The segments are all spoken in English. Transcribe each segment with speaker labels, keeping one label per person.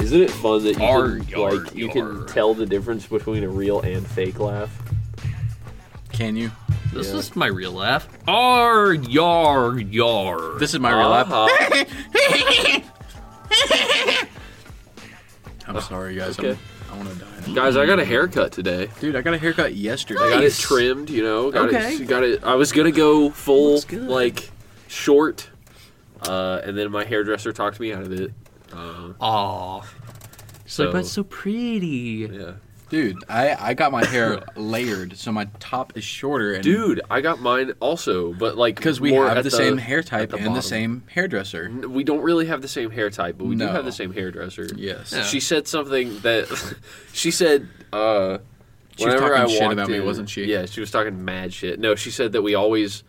Speaker 1: Isn't it fun that you
Speaker 2: Arr,
Speaker 1: can,
Speaker 2: yarr,
Speaker 1: like you can
Speaker 2: yarr.
Speaker 1: tell the difference between a real and fake laugh?
Speaker 3: Can you?
Speaker 2: This
Speaker 1: Yeah.
Speaker 2: is my real laugh. R yar yar.
Speaker 3: This is my real life.
Speaker 1: Uh-huh.
Speaker 3: I'm sorry, guys.
Speaker 1: okay.
Speaker 3: I'm, I want to die.
Speaker 1: Guys, I got a haircut today.
Speaker 3: Dude, I got a haircut yesterday.
Speaker 1: I got it
Speaker 2: Nice.
Speaker 1: trimmed, you know. Got
Speaker 3: Okay.
Speaker 1: It, got it. I was gonna go full
Speaker 3: Looks good.
Speaker 1: like short, uh, and then my hairdresser talked me out of it. Uh,
Speaker 2: Aw. She's
Speaker 1: So-
Speaker 2: like, but it's so pretty.
Speaker 1: yeah,
Speaker 3: Dude, I, I got my hair layered, so my top is shorter. And
Speaker 1: dude, I got mine also, but like
Speaker 3: because we
Speaker 1: more
Speaker 3: have the,
Speaker 1: at
Speaker 3: same hair type
Speaker 1: the
Speaker 3: and
Speaker 1: bottom. Mm.
Speaker 3: the same hairdresser.
Speaker 1: N- We don't really have the same hair type, but we do
Speaker 3: No.
Speaker 1: have the same hairdresser.
Speaker 3: Yes.
Speaker 2: Yeah.
Speaker 1: She said something that she said. uh
Speaker 3: She was
Speaker 1: whenever
Speaker 3: talking
Speaker 1: I
Speaker 3: shit
Speaker 1: walked
Speaker 3: about me,
Speaker 1: in-
Speaker 3: wasn't she?
Speaker 1: Yeah, she was talking mad shit. No, she said that we always.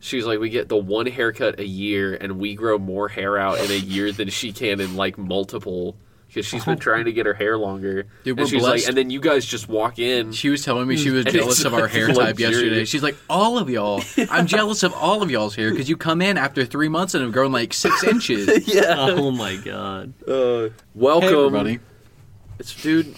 Speaker 1: She was like, we get the one haircut a year, and we grow more hair out in a year than she can in like multiple. Because she's been trying to get her hair longer.
Speaker 3: Oh.
Speaker 1: and
Speaker 3: Dude, we're
Speaker 1: she's like,
Speaker 3: blessed.
Speaker 1: and then you guys just walk in.
Speaker 3: She was telling me she was
Speaker 1: And
Speaker 3: jealous
Speaker 1: it's
Speaker 3: of our
Speaker 1: like
Speaker 3: hair type
Speaker 1: luxurious.
Speaker 3: yesterday. She's like, all of y'all. I'm jealous of all of y'all's hair because you come in after three months and have grown like six inches.
Speaker 1: yeah.
Speaker 2: Oh my god.
Speaker 1: Uh, welcome,
Speaker 3: Hey, everybody.
Speaker 1: It's dude.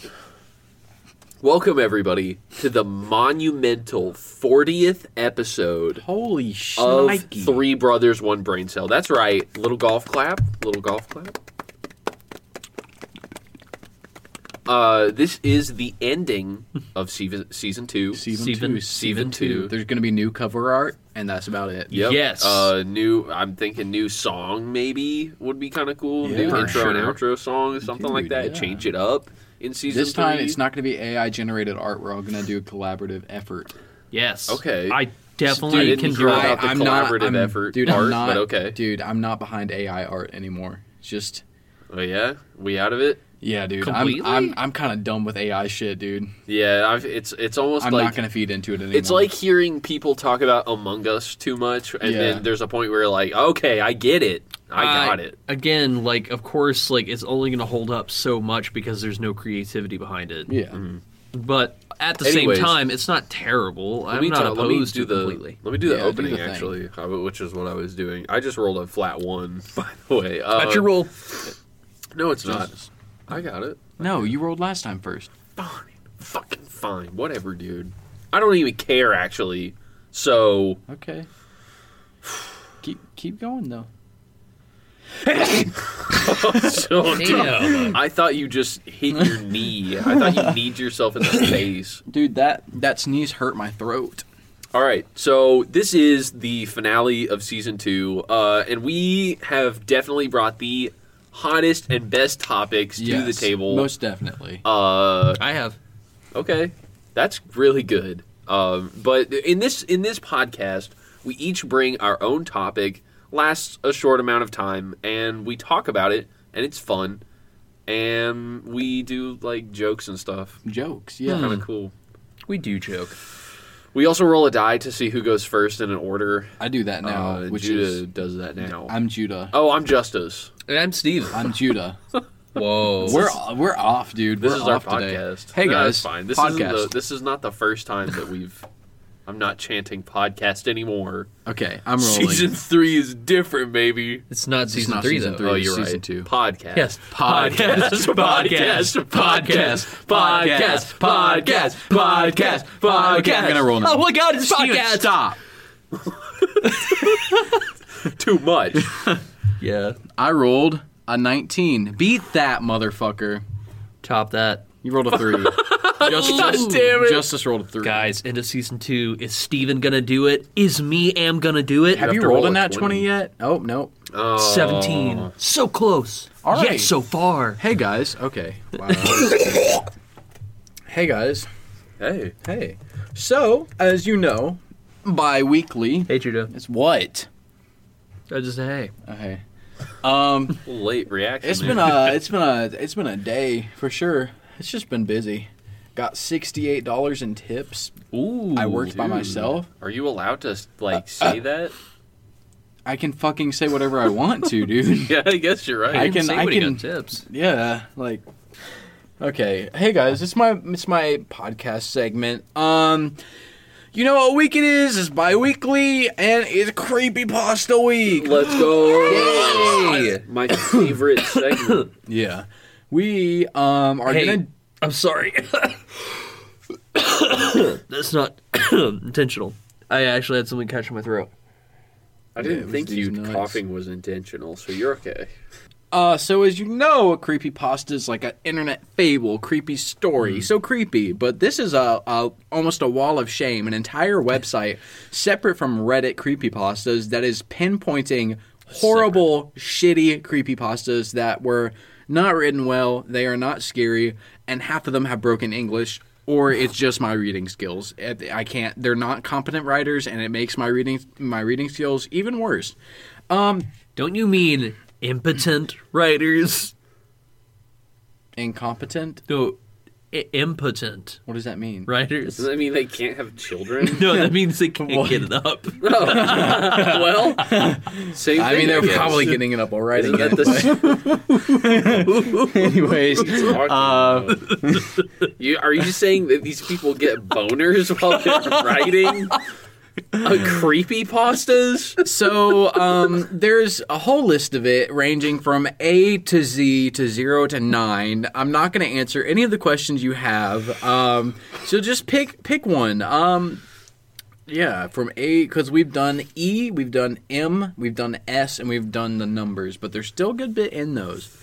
Speaker 1: Welcome everybody to the monumental 40th episode
Speaker 3: Holy
Speaker 1: of
Speaker 3: shnikey.
Speaker 1: Three Brothers One Brain Cell. That's right. Little golf clap. Little golf clap. Uh, this is the ending of season season two.
Speaker 3: Season,
Speaker 2: Season-
Speaker 1: season
Speaker 3: two. Season
Speaker 1: two.
Speaker 3: two. There's going to be new cover art, and that's about it.
Speaker 1: Yep.
Speaker 2: Yes.
Speaker 1: Uh, new. I'm thinking new song maybe would be kind of cool.
Speaker 3: Yeah.
Speaker 1: new
Speaker 3: For
Speaker 1: intro and
Speaker 2: sure.
Speaker 1: outro song, something like
Speaker 3: Dude,
Speaker 1: that.
Speaker 3: yeah.
Speaker 1: Change it up in season.
Speaker 3: This time,
Speaker 1: three.
Speaker 3: it's not going to be AI generated art. We're all going to do a collaborative effort.
Speaker 2: Yes.
Speaker 1: Okay.
Speaker 2: I
Speaker 1: I
Speaker 2: definitely
Speaker 1: didn't
Speaker 2: can
Speaker 1: hear
Speaker 2: draw.
Speaker 1: about the collaborative
Speaker 3: I'm-
Speaker 1: effort
Speaker 3: dude,
Speaker 1: part,
Speaker 3: I'm not,
Speaker 1: but okay.
Speaker 3: Dude, I'm not behind AI art anymore. It's just,
Speaker 1: Oh yeah, we out of it.
Speaker 3: yeah, dude.
Speaker 2: Completely?
Speaker 3: I'm, I'm, I'm kind of dumb with AI shit, dude.
Speaker 1: Yeah, I've, it's it's almost
Speaker 3: I'm
Speaker 1: like
Speaker 3: not going to feed into it anymore.
Speaker 1: It's like hearing people talk about Among Us too much, and
Speaker 3: Yeah.
Speaker 1: then there's a point where like, okay, I get it, I got it.
Speaker 2: Again, like of course, like it's only going to hold up so much because there's no creativity behind it.
Speaker 3: yeah.
Speaker 1: Mm-hmm.
Speaker 2: But at the
Speaker 1: Anyways.
Speaker 2: same time, it's not terrible.
Speaker 1: Let
Speaker 2: I'm
Speaker 1: me
Speaker 2: not
Speaker 1: ta- let me
Speaker 2: opposed
Speaker 1: do
Speaker 2: to
Speaker 1: the
Speaker 2: completely.
Speaker 1: let me do the
Speaker 3: Yeah, do
Speaker 1: opening
Speaker 3: the thing.
Speaker 1: actually, uh, which is what I was doing. I just rolled a flat one, by the way.
Speaker 2: That's your
Speaker 1: Um,
Speaker 2: rule.
Speaker 1: No, it's not. I got it.
Speaker 3: No, you rolled last time first.
Speaker 1: Fine, fucking fine, whatever, dude. I don't even care actually. So
Speaker 3: Okay. Keep keep going though.
Speaker 1: So,
Speaker 2: Damn.
Speaker 1: I thought you just hit your knee. I thought you kneed yourself in the face.
Speaker 3: Dude, that that sneeze hurt my throat.
Speaker 1: All right, so this is the finale of season two, uh, and we have definitely brought the hottest and best topics to the table.
Speaker 3: Most definitely.
Speaker 1: uh,
Speaker 2: I have.
Speaker 1: okay, that's really good. Um, but in this in this podcast, we each bring our own topic, lasts a short amount of time, and we talk about it, and it's fun, and we do like jokes and stuff.
Speaker 3: Jokes, yeah.
Speaker 1: Kind of cool.
Speaker 2: We do joke.
Speaker 1: We also roll a die to see who goes first in an order.
Speaker 3: I do that now,
Speaker 1: Uh,
Speaker 3: which
Speaker 1: Judah
Speaker 3: is
Speaker 1: does that now.
Speaker 3: I'm Judah.
Speaker 1: oh, I'm Justice.
Speaker 2: And I'm Steve.
Speaker 3: I'm Judah.
Speaker 2: Whoa.
Speaker 3: we're we're off, dude.
Speaker 1: This
Speaker 3: we're
Speaker 1: is our
Speaker 3: off
Speaker 1: podcast.
Speaker 3: today. Hey
Speaker 1: No,
Speaker 3: guys,
Speaker 1: it's fine. This isn't
Speaker 3: podcast.
Speaker 1: the, this is not the first time that we've. I'm not chanting podcast anymore.
Speaker 3: okay, I'm rolling.
Speaker 1: Season three is different, baby.
Speaker 2: It's not season
Speaker 3: not
Speaker 2: three
Speaker 3: season
Speaker 2: though.
Speaker 3: three.
Speaker 1: Oh, you're
Speaker 3: season
Speaker 1: right.
Speaker 3: two.
Speaker 1: Podcast.
Speaker 2: Yes, podcast, podcast, podcast, podcast, podcast, podcast, podcast.
Speaker 3: I'm gonna roll now.
Speaker 2: Oh my god, it's
Speaker 3: Steven,
Speaker 2: podcast.
Speaker 3: Stop.
Speaker 1: Too much.
Speaker 2: Yeah,
Speaker 3: I rolled a 19. Beat that motherfucker.
Speaker 2: top that,
Speaker 3: You rolled a three. Justice,
Speaker 1: damn it.
Speaker 3: Justice rolled a three.
Speaker 2: guys. End of season two. Is Steven gonna do it? Is me am gonna do it?
Speaker 3: Have
Speaker 1: have
Speaker 3: you
Speaker 1: to
Speaker 3: rolled
Speaker 1: roll
Speaker 3: a
Speaker 1: a
Speaker 3: nat
Speaker 1: 20.
Speaker 3: 20 yet? Oh, no.
Speaker 1: Oh.
Speaker 2: Seventeen. So close.
Speaker 3: All
Speaker 2: Yet
Speaker 3: right.
Speaker 2: so far.
Speaker 3: Hey, guys. Okay. Wow. hey, guys.
Speaker 1: Hey.
Speaker 3: Hey. So, as you know, bi weekly.
Speaker 2: Hey Judah.
Speaker 3: It's what?
Speaker 2: I just hey.
Speaker 3: Okay. Um,
Speaker 1: Late reaction.
Speaker 3: it's
Speaker 1: there.
Speaker 3: been a, it's been a, it's been a day for sure. It's just been busy. Got sixty-eight dollars in tips.
Speaker 1: Ooh,
Speaker 3: I worked by myself. Uh,
Speaker 1: Are you allowed to like say that?
Speaker 3: I can fucking say whatever I want to, dude.
Speaker 1: Yeah, I guess you're right.
Speaker 3: I can- I
Speaker 2: Somebody
Speaker 3: can-
Speaker 2: got tips.
Speaker 3: Yeah, like Okay. Hey guys, it's my it's my podcast segment. Um you know what week it is? It's bi-weekly and it's creepy pasta week.
Speaker 1: Let's go. My favorite segment.
Speaker 3: Yeah. We um are
Speaker 2: Hey,
Speaker 3: gonna
Speaker 2: I'm sorry. That's not intentional. I actually had something catch in my throat.
Speaker 1: I
Speaker 3: Yeah, it
Speaker 1: didn't
Speaker 3: was
Speaker 1: think
Speaker 3: these
Speaker 1: you
Speaker 3: nuts.
Speaker 1: coughing was intentional, so you're okay.
Speaker 3: Uh, so as you know, a creepy pasta is like an internet fable, creepy story, so creepy. But this is a, a almost a wall of shame, an entire website separate from Reddit creepy pastas that is pinpointing horrible, shitty creepy pastas that were not written well. They are not scary, and half of them have broken English. Or it's just my reading skills. I I can't. They're not competent writers, and it makes my reading my reading skills even worse.
Speaker 2: Don't you mean impotent writers?
Speaker 3: Incompetent.
Speaker 2: No, I- impotent
Speaker 3: What does that mean?
Speaker 2: writers.
Speaker 1: Does that mean they can't have children?
Speaker 2: No, that means they can't
Speaker 3: What?
Speaker 2: get it up.
Speaker 1: well, same
Speaker 3: I mean,
Speaker 1: thing,
Speaker 3: they're
Speaker 1: guess.
Speaker 3: probably getting it up already.
Speaker 1: Isn't that the
Speaker 3: Anyways, Uh,
Speaker 1: you, are you saying that these people get boners while they're writing a creepy pastas?
Speaker 3: so um, there's a whole list of it ranging from A to Z to zero to nine. I'm not going to answer any of the questions you have. Um, so just pick pick one. Um, yeah, from A because we've done E, we've done M, we've done S, and we've done the numbers, but there's still a good bit in those.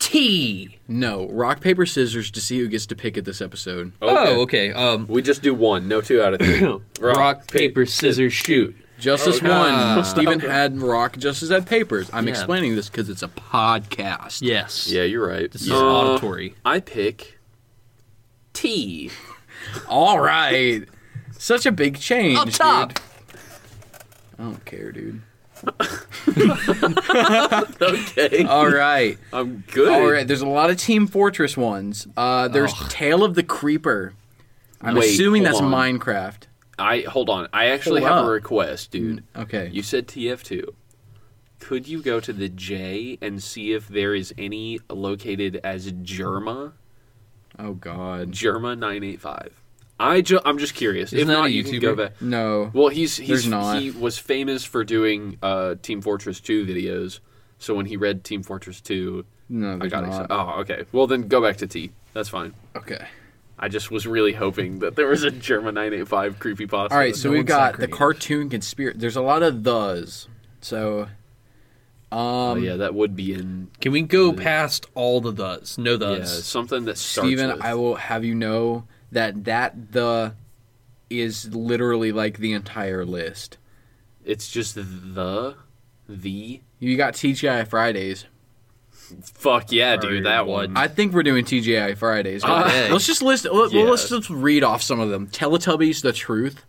Speaker 2: T.
Speaker 3: No, rock paper scissors to see who gets to pick it this episode.
Speaker 2: Oh, okay. Um,
Speaker 1: We just do one, no two out of three.
Speaker 2: rock, paper, scissors, shoot.
Speaker 3: Justice
Speaker 1: Okay.
Speaker 3: one. Steven had rock. Justice had papers. I'm
Speaker 2: Yeah.
Speaker 3: explaining this because it's a podcast.
Speaker 2: Yes.
Speaker 1: Yeah, you're right. Uh,
Speaker 2: This is
Speaker 3: Uh,
Speaker 2: auditory.
Speaker 1: I pick T.
Speaker 3: All right. Such a big change.
Speaker 2: Up top.
Speaker 3: dude. I don't care, dude.
Speaker 1: Okay,
Speaker 3: All right.
Speaker 1: I'm good.
Speaker 3: All right. There's a lot of Team Fortress ones. Uh, there's Tale of the Creeper. I'm
Speaker 1: Wait,
Speaker 3: assuming that's
Speaker 1: hold on.
Speaker 3: Minecraft.
Speaker 1: I hold on. I actually
Speaker 3: Hold
Speaker 1: have
Speaker 3: up.
Speaker 1: a request,
Speaker 3: Hmm.
Speaker 1: dude.
Speaker 3: Okay.
Speaker 1: You said TF2. Could you go to the J and see if there is any located as Germa?
Speaker 3: oh God.
Speaker 1: Germa985. I ju- I'm just curious.
Speaker 2: Isn't
Speaker 1: if
Speaker 2: that
Speaker 1: not,
Speaker 2: a
Speaker 1: you can go
Speaker 2: YouTuber?
Speaker 1: back.
Speaker 3: No.
Speaker 1: Well, he's he's
Speaker 3: There's not.
Speaker 1: he was famous for doing uh, Team Fortress 2 videos. So when he read Team Fortress 2,
Speaker 3: No.
Speaker 1: I
Speaker 3: There's
Speaker 1: got
Speaker 3: not.
Speaker 1: excited. Oh, okay. Well, then go back to T. That's fine.
Speaker 3: Okay.
Speaker 1: I just was really hoping that there was a Germa 985 creepypasta.
Speaker 3: All right, so
Speaker 2: no
Speaker 3: we've
Speaker 2: one's that
Speaker 3: got the
Speaker 2: creative.
Speaker 3: cartoon conspiracy. There's a lot of thes. So, um,
Speaker 1: Oh, yeah, that would be in
Speaker 2: Can we go past all the thes? No
Speaker 1: yeah,
Speaker 2: thes.
Speaker 1: something that starts
Speaker 3: uh, Steven,
Speaker 1: with-
Speaker 3: I will have you know that that the is literally like the entire list.
Speaker 1: It's just the the
Speaker 3: You got TGI Fridays.
Speaker 1: fuck yeah, dude.
Speaker 2: Or
Speaker 1: That
Speaker 2: what?
Speaker 1: one.
Speaker 3: I think we're doing TGI Fridays.
Speaker 2: Okay.
Speaker 3: let's just list. Let,
Speaker 1: Yeah.
Speaker 3: Let's just read off some of them. Teletubbies, The Truth,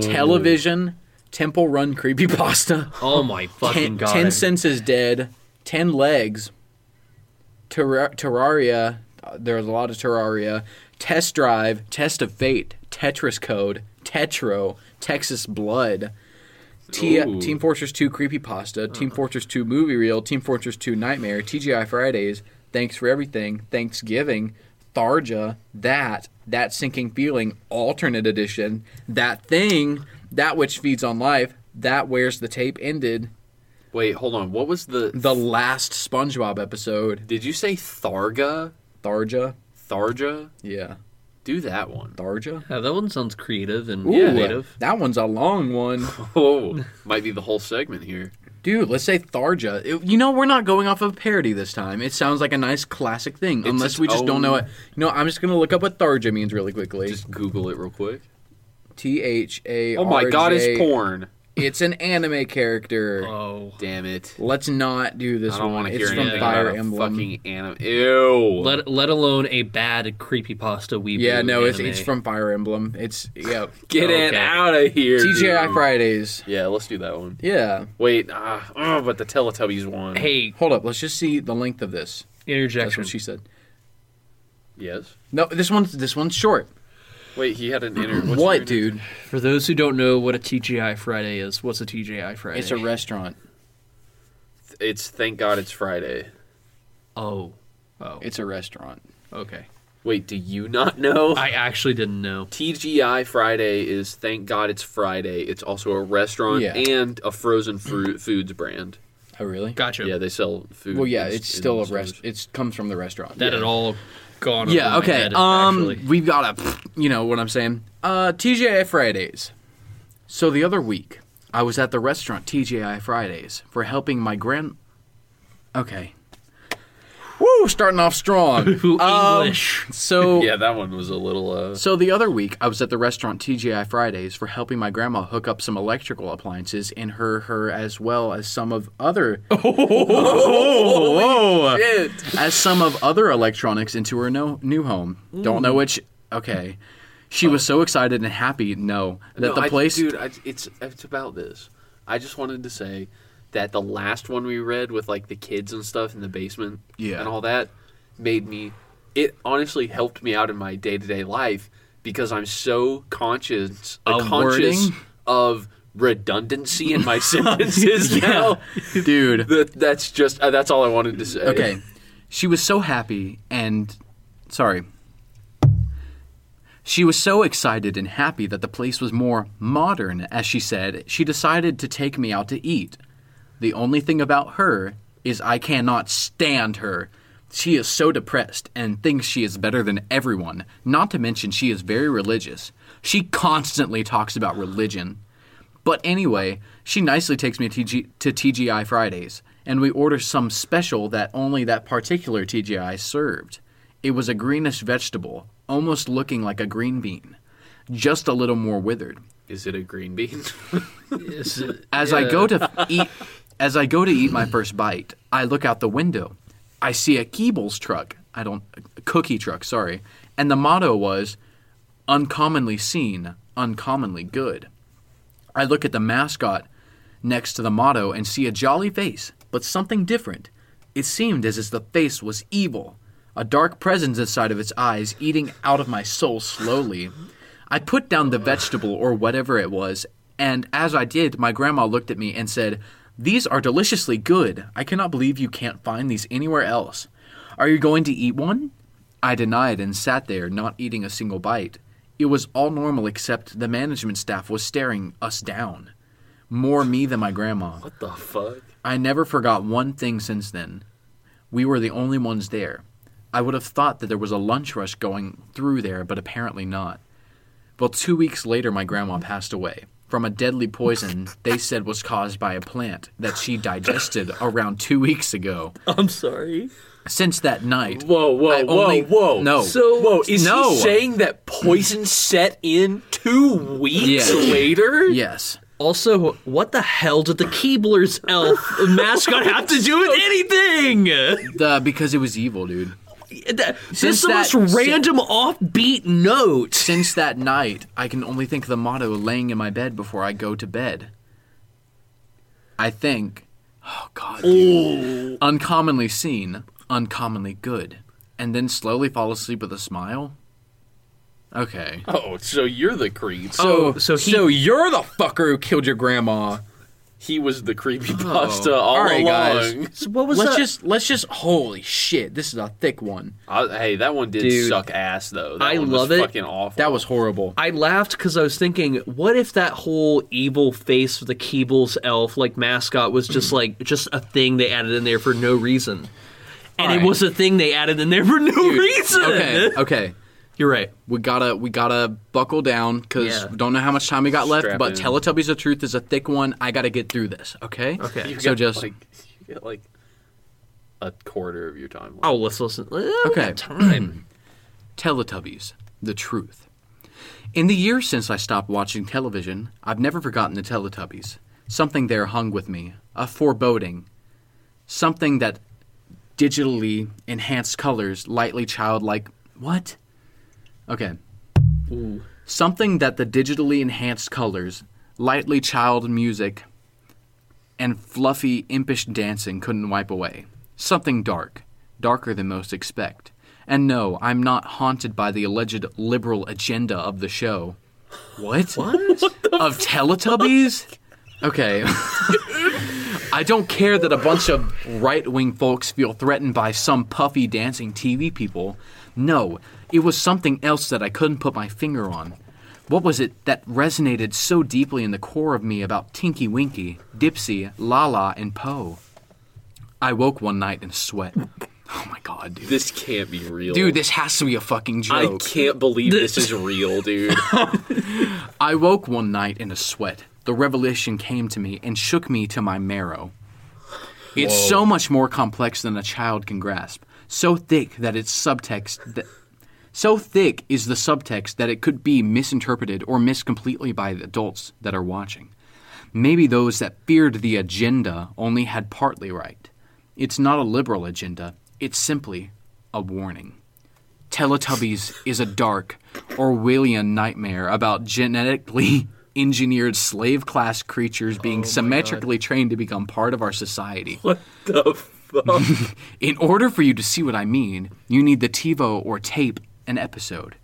Speaker 3: Television, Temple Run, Creepypasta,
Speaker 2: Oh my fucking
Speaker 3: ten,
Speaker 2: god.
Speaker 3: ten Cents is Dead, Ten Legs, Terra- Terraria. uh, There's a lot of Terraria. Test Drive, Test of Fate, Tetris Code, Tetro, Texas Blood. T-
Speaker 1: Ooh.
Speaker 3: Team Fortress 2 Creepypasta, Team Fortress 2 Movie Reel, Team Fortress 2 Nightmare, TGI Fridays, Thanks for Everything, Thanksgiving, Tharja, That, That Sinking Feeling, Alternate Edition, That Thing, That Which Feeds on Life, That Where's the Tape Ended,
Speaker 1: Wait, hold on. What was the?
Speaker 3: The Last SpongeBob Episode,
Speaker 1: Did you say Tharga?
Speaker 3: Tharja.
Speaker 1: Tharja?
Speaker 3: Yeah.
Speaker 1: Do that one.
Speaker 3: Tharja?
Speaker 2: Yeah, that one sounds creative and
Speaker 3: Ooh,
Speaker 2: innovative.
Speaker 3: that one's a long one.
Speaker 1: Oh, might be the whole segment here.
Speaker 3: Dude, let's say Tharja. It- you know, we're not going off of parody this time. It sounds like a nice classic thing, unless
Speaker 1: its
Speaker 3: we just don't know
Speaker 1: own-
Speaker 3: it. You know, I'm just going to look up what Tharja means really quickly.
Speaker 1: Just Google it real quick.
Speaker 3: T H A.
Speaker 1: Oh my god,
Speaker 3: R
Speaker 1: it's
Speaker 3: J.
Speaker 1: porn.
Speaker 3: It's an anime character.
Speaker 2: Oh.
Speaker 1: Damn it.
Speaker 3: let's not do this
Speaker 1: I don't
Speaker 3: one.
Speaker 1: want to
Speaker 3: it's
Speaker 1: hear
Speaker 3: from
Speaker 1: anything
Speaker 3: Fire
Speaker 1: about
Speaker 3: Emblem.
Speaker 1: a fucking anime. Ew.
Speaker 2: Let let alone a bad creepypasta weeb.
Speaker 3: yeah, no, it's it's from Fire Emblem. It's yeah.
Speaker 1: Get it
Speaker 2: Okay.
Speaker 1: out of here.
Speaker 3: TGI
Speaker 1: dude.
Speaker 3: Fridays.
Speaker 1: Yeah, let's do that one.
Speaker 3: Yeah.
Speaker 1: Wait, ah, oh, but the Teletubbies one.
Speaker 2: Hey,
Speaker 3: Hold up. Let's just see the length of this. That's
Speaker 2: interjection.
Speaker 3: what she said.
Speaker 1: Yes.
Speaker 3: No, this one's this one's short.
Speaker 1: Wait, he had an inner. what's your
Speaker 3: what,
Speaker 1: inner-
Speaker 3: dude?
Speaker 2: For those who don't know what a TGI Friday is, what's a TGI Friday?
Speaker 3: It's a restaurant.
Speaker 1: It's thank God it's Friday.
Speaker 2: oh, oh,
Speaker 3: It's a restaurant.
Speaker 2: okay.
Speaker 1: Wait, do you not know?
Speaker 2: I actually didn't know.
Speaker 1: TGI Friday is thank God it's Friday. It's also a restaurant
Speaker 3: Yeah.
Speaker 1: and a frozen fruit foods brand.
Speaker 3: Oh, really?
Speaker 2: Gotcha.
Speaker 1: Yeah, they sell food.
Speaker 3: Well, yeah,
Speaker 1: in-
Speaker 3: it's
Speaker 1: in
Speaker 3: still a
Speaker 1: stores.
Speaker 3: rest. It comes from the restaurant.
Speaker 2: that
Speaker 3: yeah.
Speaker 2: had all gone.
Speaker 3: Yeah.
Speaker 2: over my
Speaker 3: Okay.
Speaker 2: head,
Speaker 3: um,
Speaker 2: actually.
Speaker 3: we've got a, you know what I'm saying. Uh, TGI Fridays. So the other week, I was at the restaurant TGI Fridays for helping my grand. Okay. Woo! Starting off strong.
Speaker 2: Who
Speaker 3: Um,
Speaker 2: English?
Speaker 3: so
Speaker 1: Yeah, that one was a little. Uh,
Speaker 3: so the other week, I was at the restaurant TGI Fridays for helping my grandma hook up some electrical appliances in her her as well as some of other oh, as some of other electronics into her no, new home. Don't
Speaker 1: Mm.
Speaker 3: know which. Okay, she was so excited and happy. No, that
Speaker 1: No,
Speaker 3: the
Speaker 1: I-
Speaker 3: place.
Speaker 1: dude, I, it's it's about this. I just wanted to say that the last one we read with like the kids and stuff in the basement,
Speaker 3: Yeah.
Speaker 1: and all that, made me. It honestly helped me out in my day to day life because I'm so conscious, uh,
Speaker 3: Of
Speaker 1: conscious
Speaker 3: wording?
Speaker 1: of redundancy in my sentences now.
Speaker 3: dude.
Speaker 1: That, that's just uh, that's all I wanted to say.
Speaker 3: Okay, she was so happy and sorry. She was so excited and happy that the place was more modern, as she said. She decided to take me out to eat. The only thing about her is I cannot stand her. She is so depressed and thinks she is better than everyone, not to mention she is very religious. She constantly talks about religion. But anyway, she nicely takes me to, TG- to TGI Fridays, and we order some special that only that particular TGI served. It was a greenish vegetable, almost looking like a green bean, just a little more withered.
Speaker 1: Is it a green bean?
Speaker 2: Is it-
Speaker 3: As I go to f- eat, as I go to eat my first bite, I look out the window. I see a Keebles truck. I don't a cookie truck. Sorry, and the motto was, "Uncommonly seen, uncommonly good." I look at the mascot next to the motto and see a jolly face, but something different. It seemed as if the face was evil, a dark presence inside of its eyes eating out of my soul slowly. I put down the vegetable or whatever it was, and as I did, my grandma looked at me and said, These are deliciously good. I cannot believe you can't find these anywhere else. Are you going to eat one? I denied and sat there, not eating a single bite. It was all normal except the management staff was staring us down. More me than my grandma.
Speaker 1: what the fuck?
Speaker 3: I never forgot one thing since then. We were the only ones there. I would have thought that there was a lunch rush going through there, but apparently not. Well, two weeks later, my grandma passed away from a deadly poison they said was caused by a plant that she digested around two weeks ago.
Speaker 2: I'm sorry.
Speaker 3: Since that night,
Speaker 1: Whoa, whoa,
Speaker 3: I
Speaker 1: whoa,
Speaker 3: only-
Speaker 1: whoa.
Speaker 3: no.
Speaker 1: So, whoa, is
Speaker 3: No.
Speaker 1: he saying that poison set in two weeks
Speaker 3: Yeah.
Speaker 1: later?
Speaker 3: yes,
Speaker 2: Also, what the hell did the Keebler's elf mascot have to do with anything?
Speaker 3: the, because it was evil, dude.
Speaker 2: That, this
Speaker 3: Since
Speaker 2: is the
Speaker 3: that-
Speaker 2: most random offbeat note.
Speaker 3: Since that night, I can only think of the motto laying in my bed before I go to bed. I think, oh God, dude. uncommonly seen, uncommonly good, and then slowly fall asleep with a smile. Okay.
Speaker 1: Oh, so you're the creep.
Speaker 2: Oh, so he- so
Speaker 3: you're the fucker who killed your grandma.
Speaker 1: He was the creepy pasta all,
Speaker 3: All right, guys.
Speaker 1: along.
Speaker 2: So what was
Speaker 3: Let's
Speaker 2: that?
Speaker 3: just let's just holy shit, this is a thick one.
Speaker 1: I, hey, that one did
Speaker 2: Dude.
Speaker 1: suck ass though. That
Speaker 2: I
Speaker 1: one
Speaker 2: love
Speaker 1: was
Speaker 2: it.
Speaker 1: Fucking awful.
Speaker 3: That was horrible.
Speaker 2: I laughed because I was thinking, what if that whole evil face of the Keeble's elf, like mascot, was just like just a thing they added in there for no reason, and it
Speaker 3: Alright.
Speaker 2: was a thing they added in there for no reason.
Speaker 3: Okay, okay.
Speaker 2: You're right.
Speaker 3: We gotta we gotta buckle down because
Speaker 2: Yeah.
Speaker 3: we don't know how much time we got left.
Speaker 1: Strap
Speaker 3: but
Speaker 1: in.
Speaker 3: Teletubbies of Truth is a thick one. I gotta get through this. Okay.
Speaker 2: Okay.
Speaker 1: You
Speaker 3: So
Speaker 1: got,
Speaker 3: just
Speaker 1: like you get like a quarter of your time. left.
Speaker 2: Oh, let's listen.
Speaker 3: Okay.
Speaker 2: Okay. Time.
Speaker 3: Teletubbies, the truth. In the years since I stopped watching television, I've never forgotten the Teletubbies. Something there hung with me, a foreboding, something that digitally enhanced colors, lightly childlike. What? Okay. Something that the digitally enhanced colors, lightly child music, and fluffy, impish dancing couldn't wipe away. Something dark, darker than most expect. And no, I'm not haunted by the alleged liberal agenda of the show. What? What? of Teletubbies? Okay. I don't care that a bunch of right wing folks feel threatened by some puffy dancing TV people. No, it was something else that I couldn't put my finger on. What was it that resonated so deeply in the core of me about Tinky Winky, Dipsy, Lala, and Poe? I woke one night in a sweat. Oh my god, dude.
Speaker 1: This can't be real.
Speaker 3: Dude, this has to be a fucking
Speaker 1: I
Speaker 3: joke.
Speaker 1: can't believe this is real, dude.
Speaker 3: I woke one night in a sweat. The revelation came to me and shook me to my marrow. It's so much more complex than a child can grasp. So thick that its subtext that so thick is the subtext that it could be misinterpreted or missed completely by the adults that are watching. Maybe those that feared the agenda only had partly right. It's not a liberal agenda, it's simply a warning. Teletubbies is a dark, Orwellian nightmare about genetically engineered slave class creatures being symmetrically trained to become part of our society.
Speaker 1: Oh what the fuck?
Speaker 3: In order for you to see what I mean, you need the TiVo or tape an episode.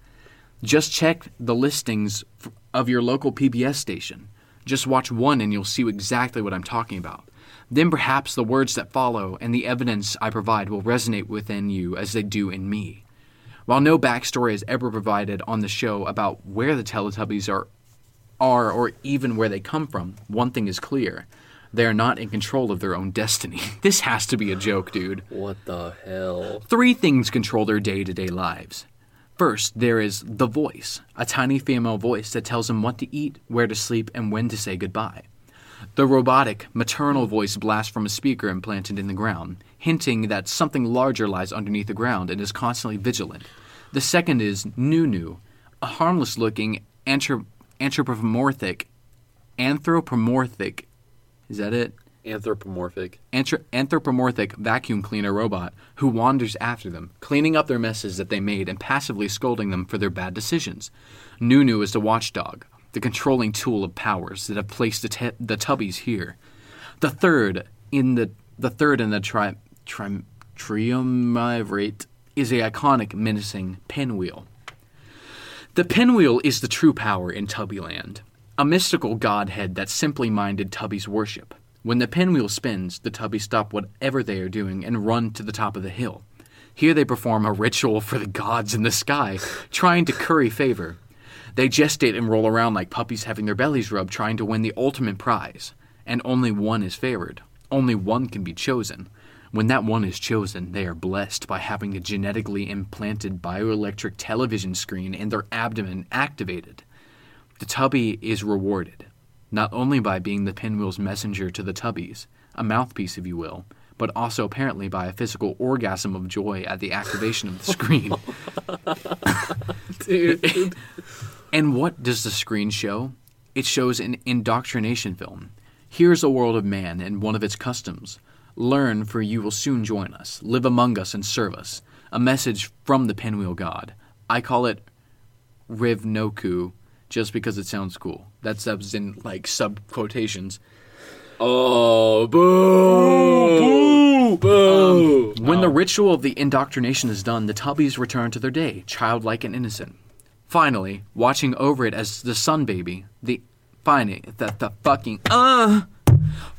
Speaker 3: Just check the listings f- of your local PBS station. Just watch one and you'll see exactly what I'm talking about. Then perhaps the words that follow and the evidence I provide will resonate within you as they do in me. While no backstory is ever provided on the show about where the Teletubbies are, are or even where they come from, one thing is clear. They are not in control of their own destiny. this has to be a joke, dude.
Speaker 1: What the hell?
Speaker 3: Three things control their day to day lives. First, there is the voice, a tiny female voice that tells them what to eat, where to sleep, and when to say goodbye. The robotic, maternal voice blasts from a speaker implanted in the ground, hinting that something larger lies underneath the ground and is constantly vigilant. The second is Nunu, a harmless looking anthrop- anthropomorphic. Anthropomorphic. Is that it?
Speaker 1: Anthropomorphic.
Speaker 3: anthro- anthropomorphic vacuum cleaner robot who wanders after them, cleaning up their messes that they made and passively scolding them for their bad decisions. Nunu is the watchdog, the controlling tool of powers that have placed the, te- the Tubbies here. The third in the the third in the tri- tri- triumvirate is a iconic menacing pinwheel. The pinwheel is the true power in Tubbyland, a mystical godhead that simply minded Tubbies worship. When the pinwheel spins, the Tubbies stop whatever they are doing and run to the top of the hill. Here they perform a ritual for the gods in the sky, trying to curry favor. They gestate and roll around like puppies having their bellies rubbed, trying to win the ultimate prize. And only one is favored. Only one can be chosen. When that one is chosen, they are blessed by having a genetically implanted bioelectric television screen in their abdomen activated. The Tubby is rewarded, not only by being the pinwheel's messenger to the Tubbies, a mouthpiece, if you will, but also apparently by a physical orgasm of joy at the activation of the screen.
Speaker 1: Dude.
Speaker 3: And what does the screen show? It shows an indoctrination film. Here's a world of man and one of its customs. Learn, for you will soon join us. Live among us and serve us. A message from the pinwheel god. I call it Rivnoku just because it sounds cool. That's that was in like sub quotations.
Speaker 1: oh, boo! Boo! Boo!
Speaker 3: When the ritual of the indoctrination is done, the Tubbies return to their day, childlike and innocent. Finally, watching over it as the sun baby, the finally that the fucking uh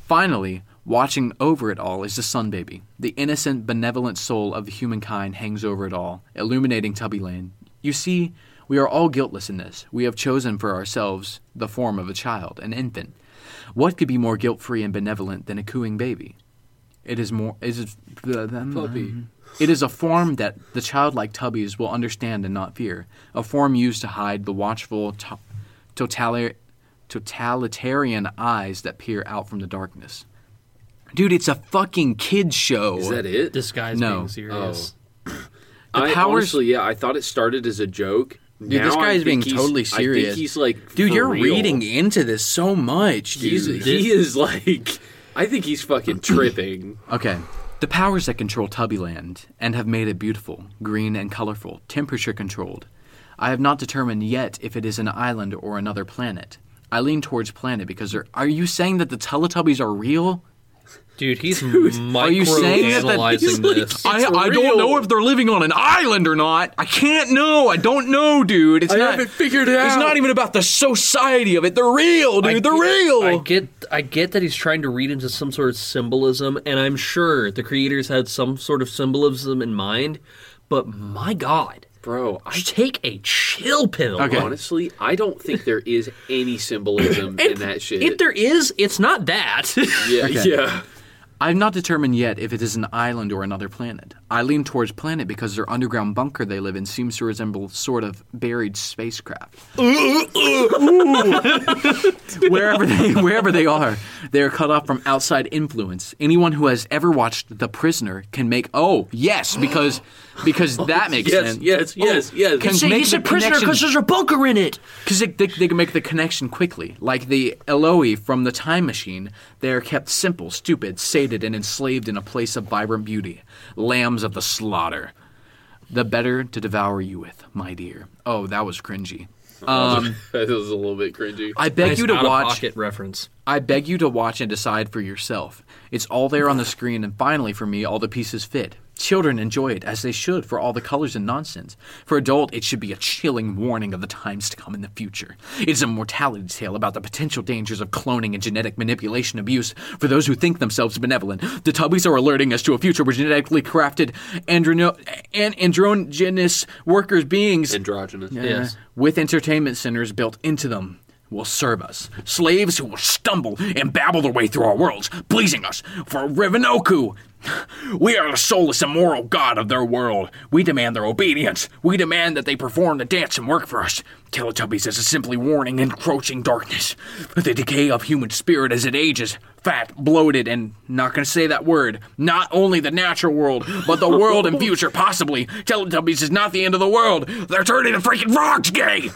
Speaker 3: finally watching over it all is the sun baby. The innocent, benevolent soul of humankind hangs over it all, illuminating Tubbyland. You see, we are all guiltless in this. We have chosen for ourselves the form of a child, an infant. What could be more guilt-free and benevolent than a cooing baby? It is more. Is it puppy? It is a form that the childlike tubbies will understand and not fear. A form used to hide the watchful, to- totali- totalitarian eyes that peer out from the darkness. Dude, it's a fucking kids show.
Speaker 1: Is that it?
Speaker 2: This guy's
Speaker 3: No.
Speaker 2: being serious.
Speaker 1: I
Speaker 3: powers-
Speaker 1: honestly, yeah, I thought it started as a joke.
Speaker 3: Dude, this guy
Speaker 1: I
Speaker 3: is being
Speaker 1: think he's-
Speaker 3: totally
Speaker 1: I
Speaker 3: serious.
Speaker 1: think he's like,
Speaker 3: Dude,
Speaker 1: for
Speaker 3: you're
Speaker 1: real.
Speaker 3: reading into this so much, dude.
Speaker 1: He's, he is like, I think he's fucking tripping.
Speaker 3: Okay. The powers that control Tubbyland and have made it beautiful, green and colorful, temperature controlled. I have not determined yet if it is an island or another planet. I lean towards planet because they're. Are you saying that the Teletubbies are real?
Speaker 2: Dude, he's
Speaker 3: Are
Speaker 2: micro
Speaker 3: you saying that- that
Speaker 2: analyzing this.
Speaker 3: I, I
Speaker 1: real.
Speaker 3: don't know if they're living on an island or not. I can't know. I don't know, dude. It's not
Speaker 1: haven't figured it
Speaker 3: It's
Speaker 1: out.
Speaker 3: not even about the society of it. They're real, dude.
Speaker 2: I
Speaker 3: they're
Speaker 2: get-
Speaker 3: real.
Speaker 2: I get, I get that he's trying to read into some sort of symbolism, and I'm sure the creators had some sort of symbolism in mind. But my God,
Speaker 1: Bro, I
Speaker 2: take a chill pill.
Speaker 3: Okay.
Speaker 1: honestly, I don't think there is any symbolism in that shit.
Speaker 2: If there is, it's not that.
Speaker 1: yeah,
Speaker 3: Okay.
Speaker 1: yeah.
Speaker 3: I've not determined yet if it is an island or another planet. I lean towards planet because their underground bunker they live in seems to resemble sort of buried spacecraft. wherever they wherever they are, they are cut off from outside influence. Anyone who has ever watched The Prisoner can make oh yes because because that makes
Speaker 1: yes,
Speaker 3: sense. Oh,
Speaker 1: yes, yes, yes.
Speaker 3: Can
Speaker 1: He's
Speaker 2: Say
Speaker 3: make
Speaker 2: he's
Speaker 3: the
Speaker 2: a prisoner
Speaker 3: connection.
Speaker 2: because there's a bunker in it.
Speaker 3: Because they, they, they can make the connection quickly. Like the Eloi from the Time Machine, they are kept simple, stupid, sated, and enslaved in a place of vibrant beauty. Lambs of the slaughter. The better to devour you with, my dear. Oh, that was cringy.
Speaker 1: that was a little bit cringy.
Speaker 3: I beg you to watch.
Speaker 2: pocket reference.
Speaker 3: I beg you to watch and decide for yourself. It's all there on the screen, and finally, for me, all the pieces fit. Children enjoy it as they should for all the colors and nonsense. For adult, it should be a chilling warning of the times to come in the future. It is a mortality tale about the potential dangers of cloning and genetic manipulation abuse for those who think themselves benevolent. The Tubbies are alerting us to a future where genetically crafted androno- and androgynous workers beings
Speaker 1: Androgynous.
Speaker 2: Yes.
Speaker 3: uh, with entertainment centers built into them will serve us. Slaves who will stumble and babble their way through our worlds, pleasing us for Rivenoku. We are the soulless, immoral god of their world. We demand their obedience. We demand that they perform the dance and work for us. Teletubbies is a simply warning encroaching darkness. The decay of human spirit as it ages, fat, bloated, and not gonna say that word. Not only the natural world, but the world and future possibly. Teletubbies is not the end of the world. They're turning the freaking frogs gay.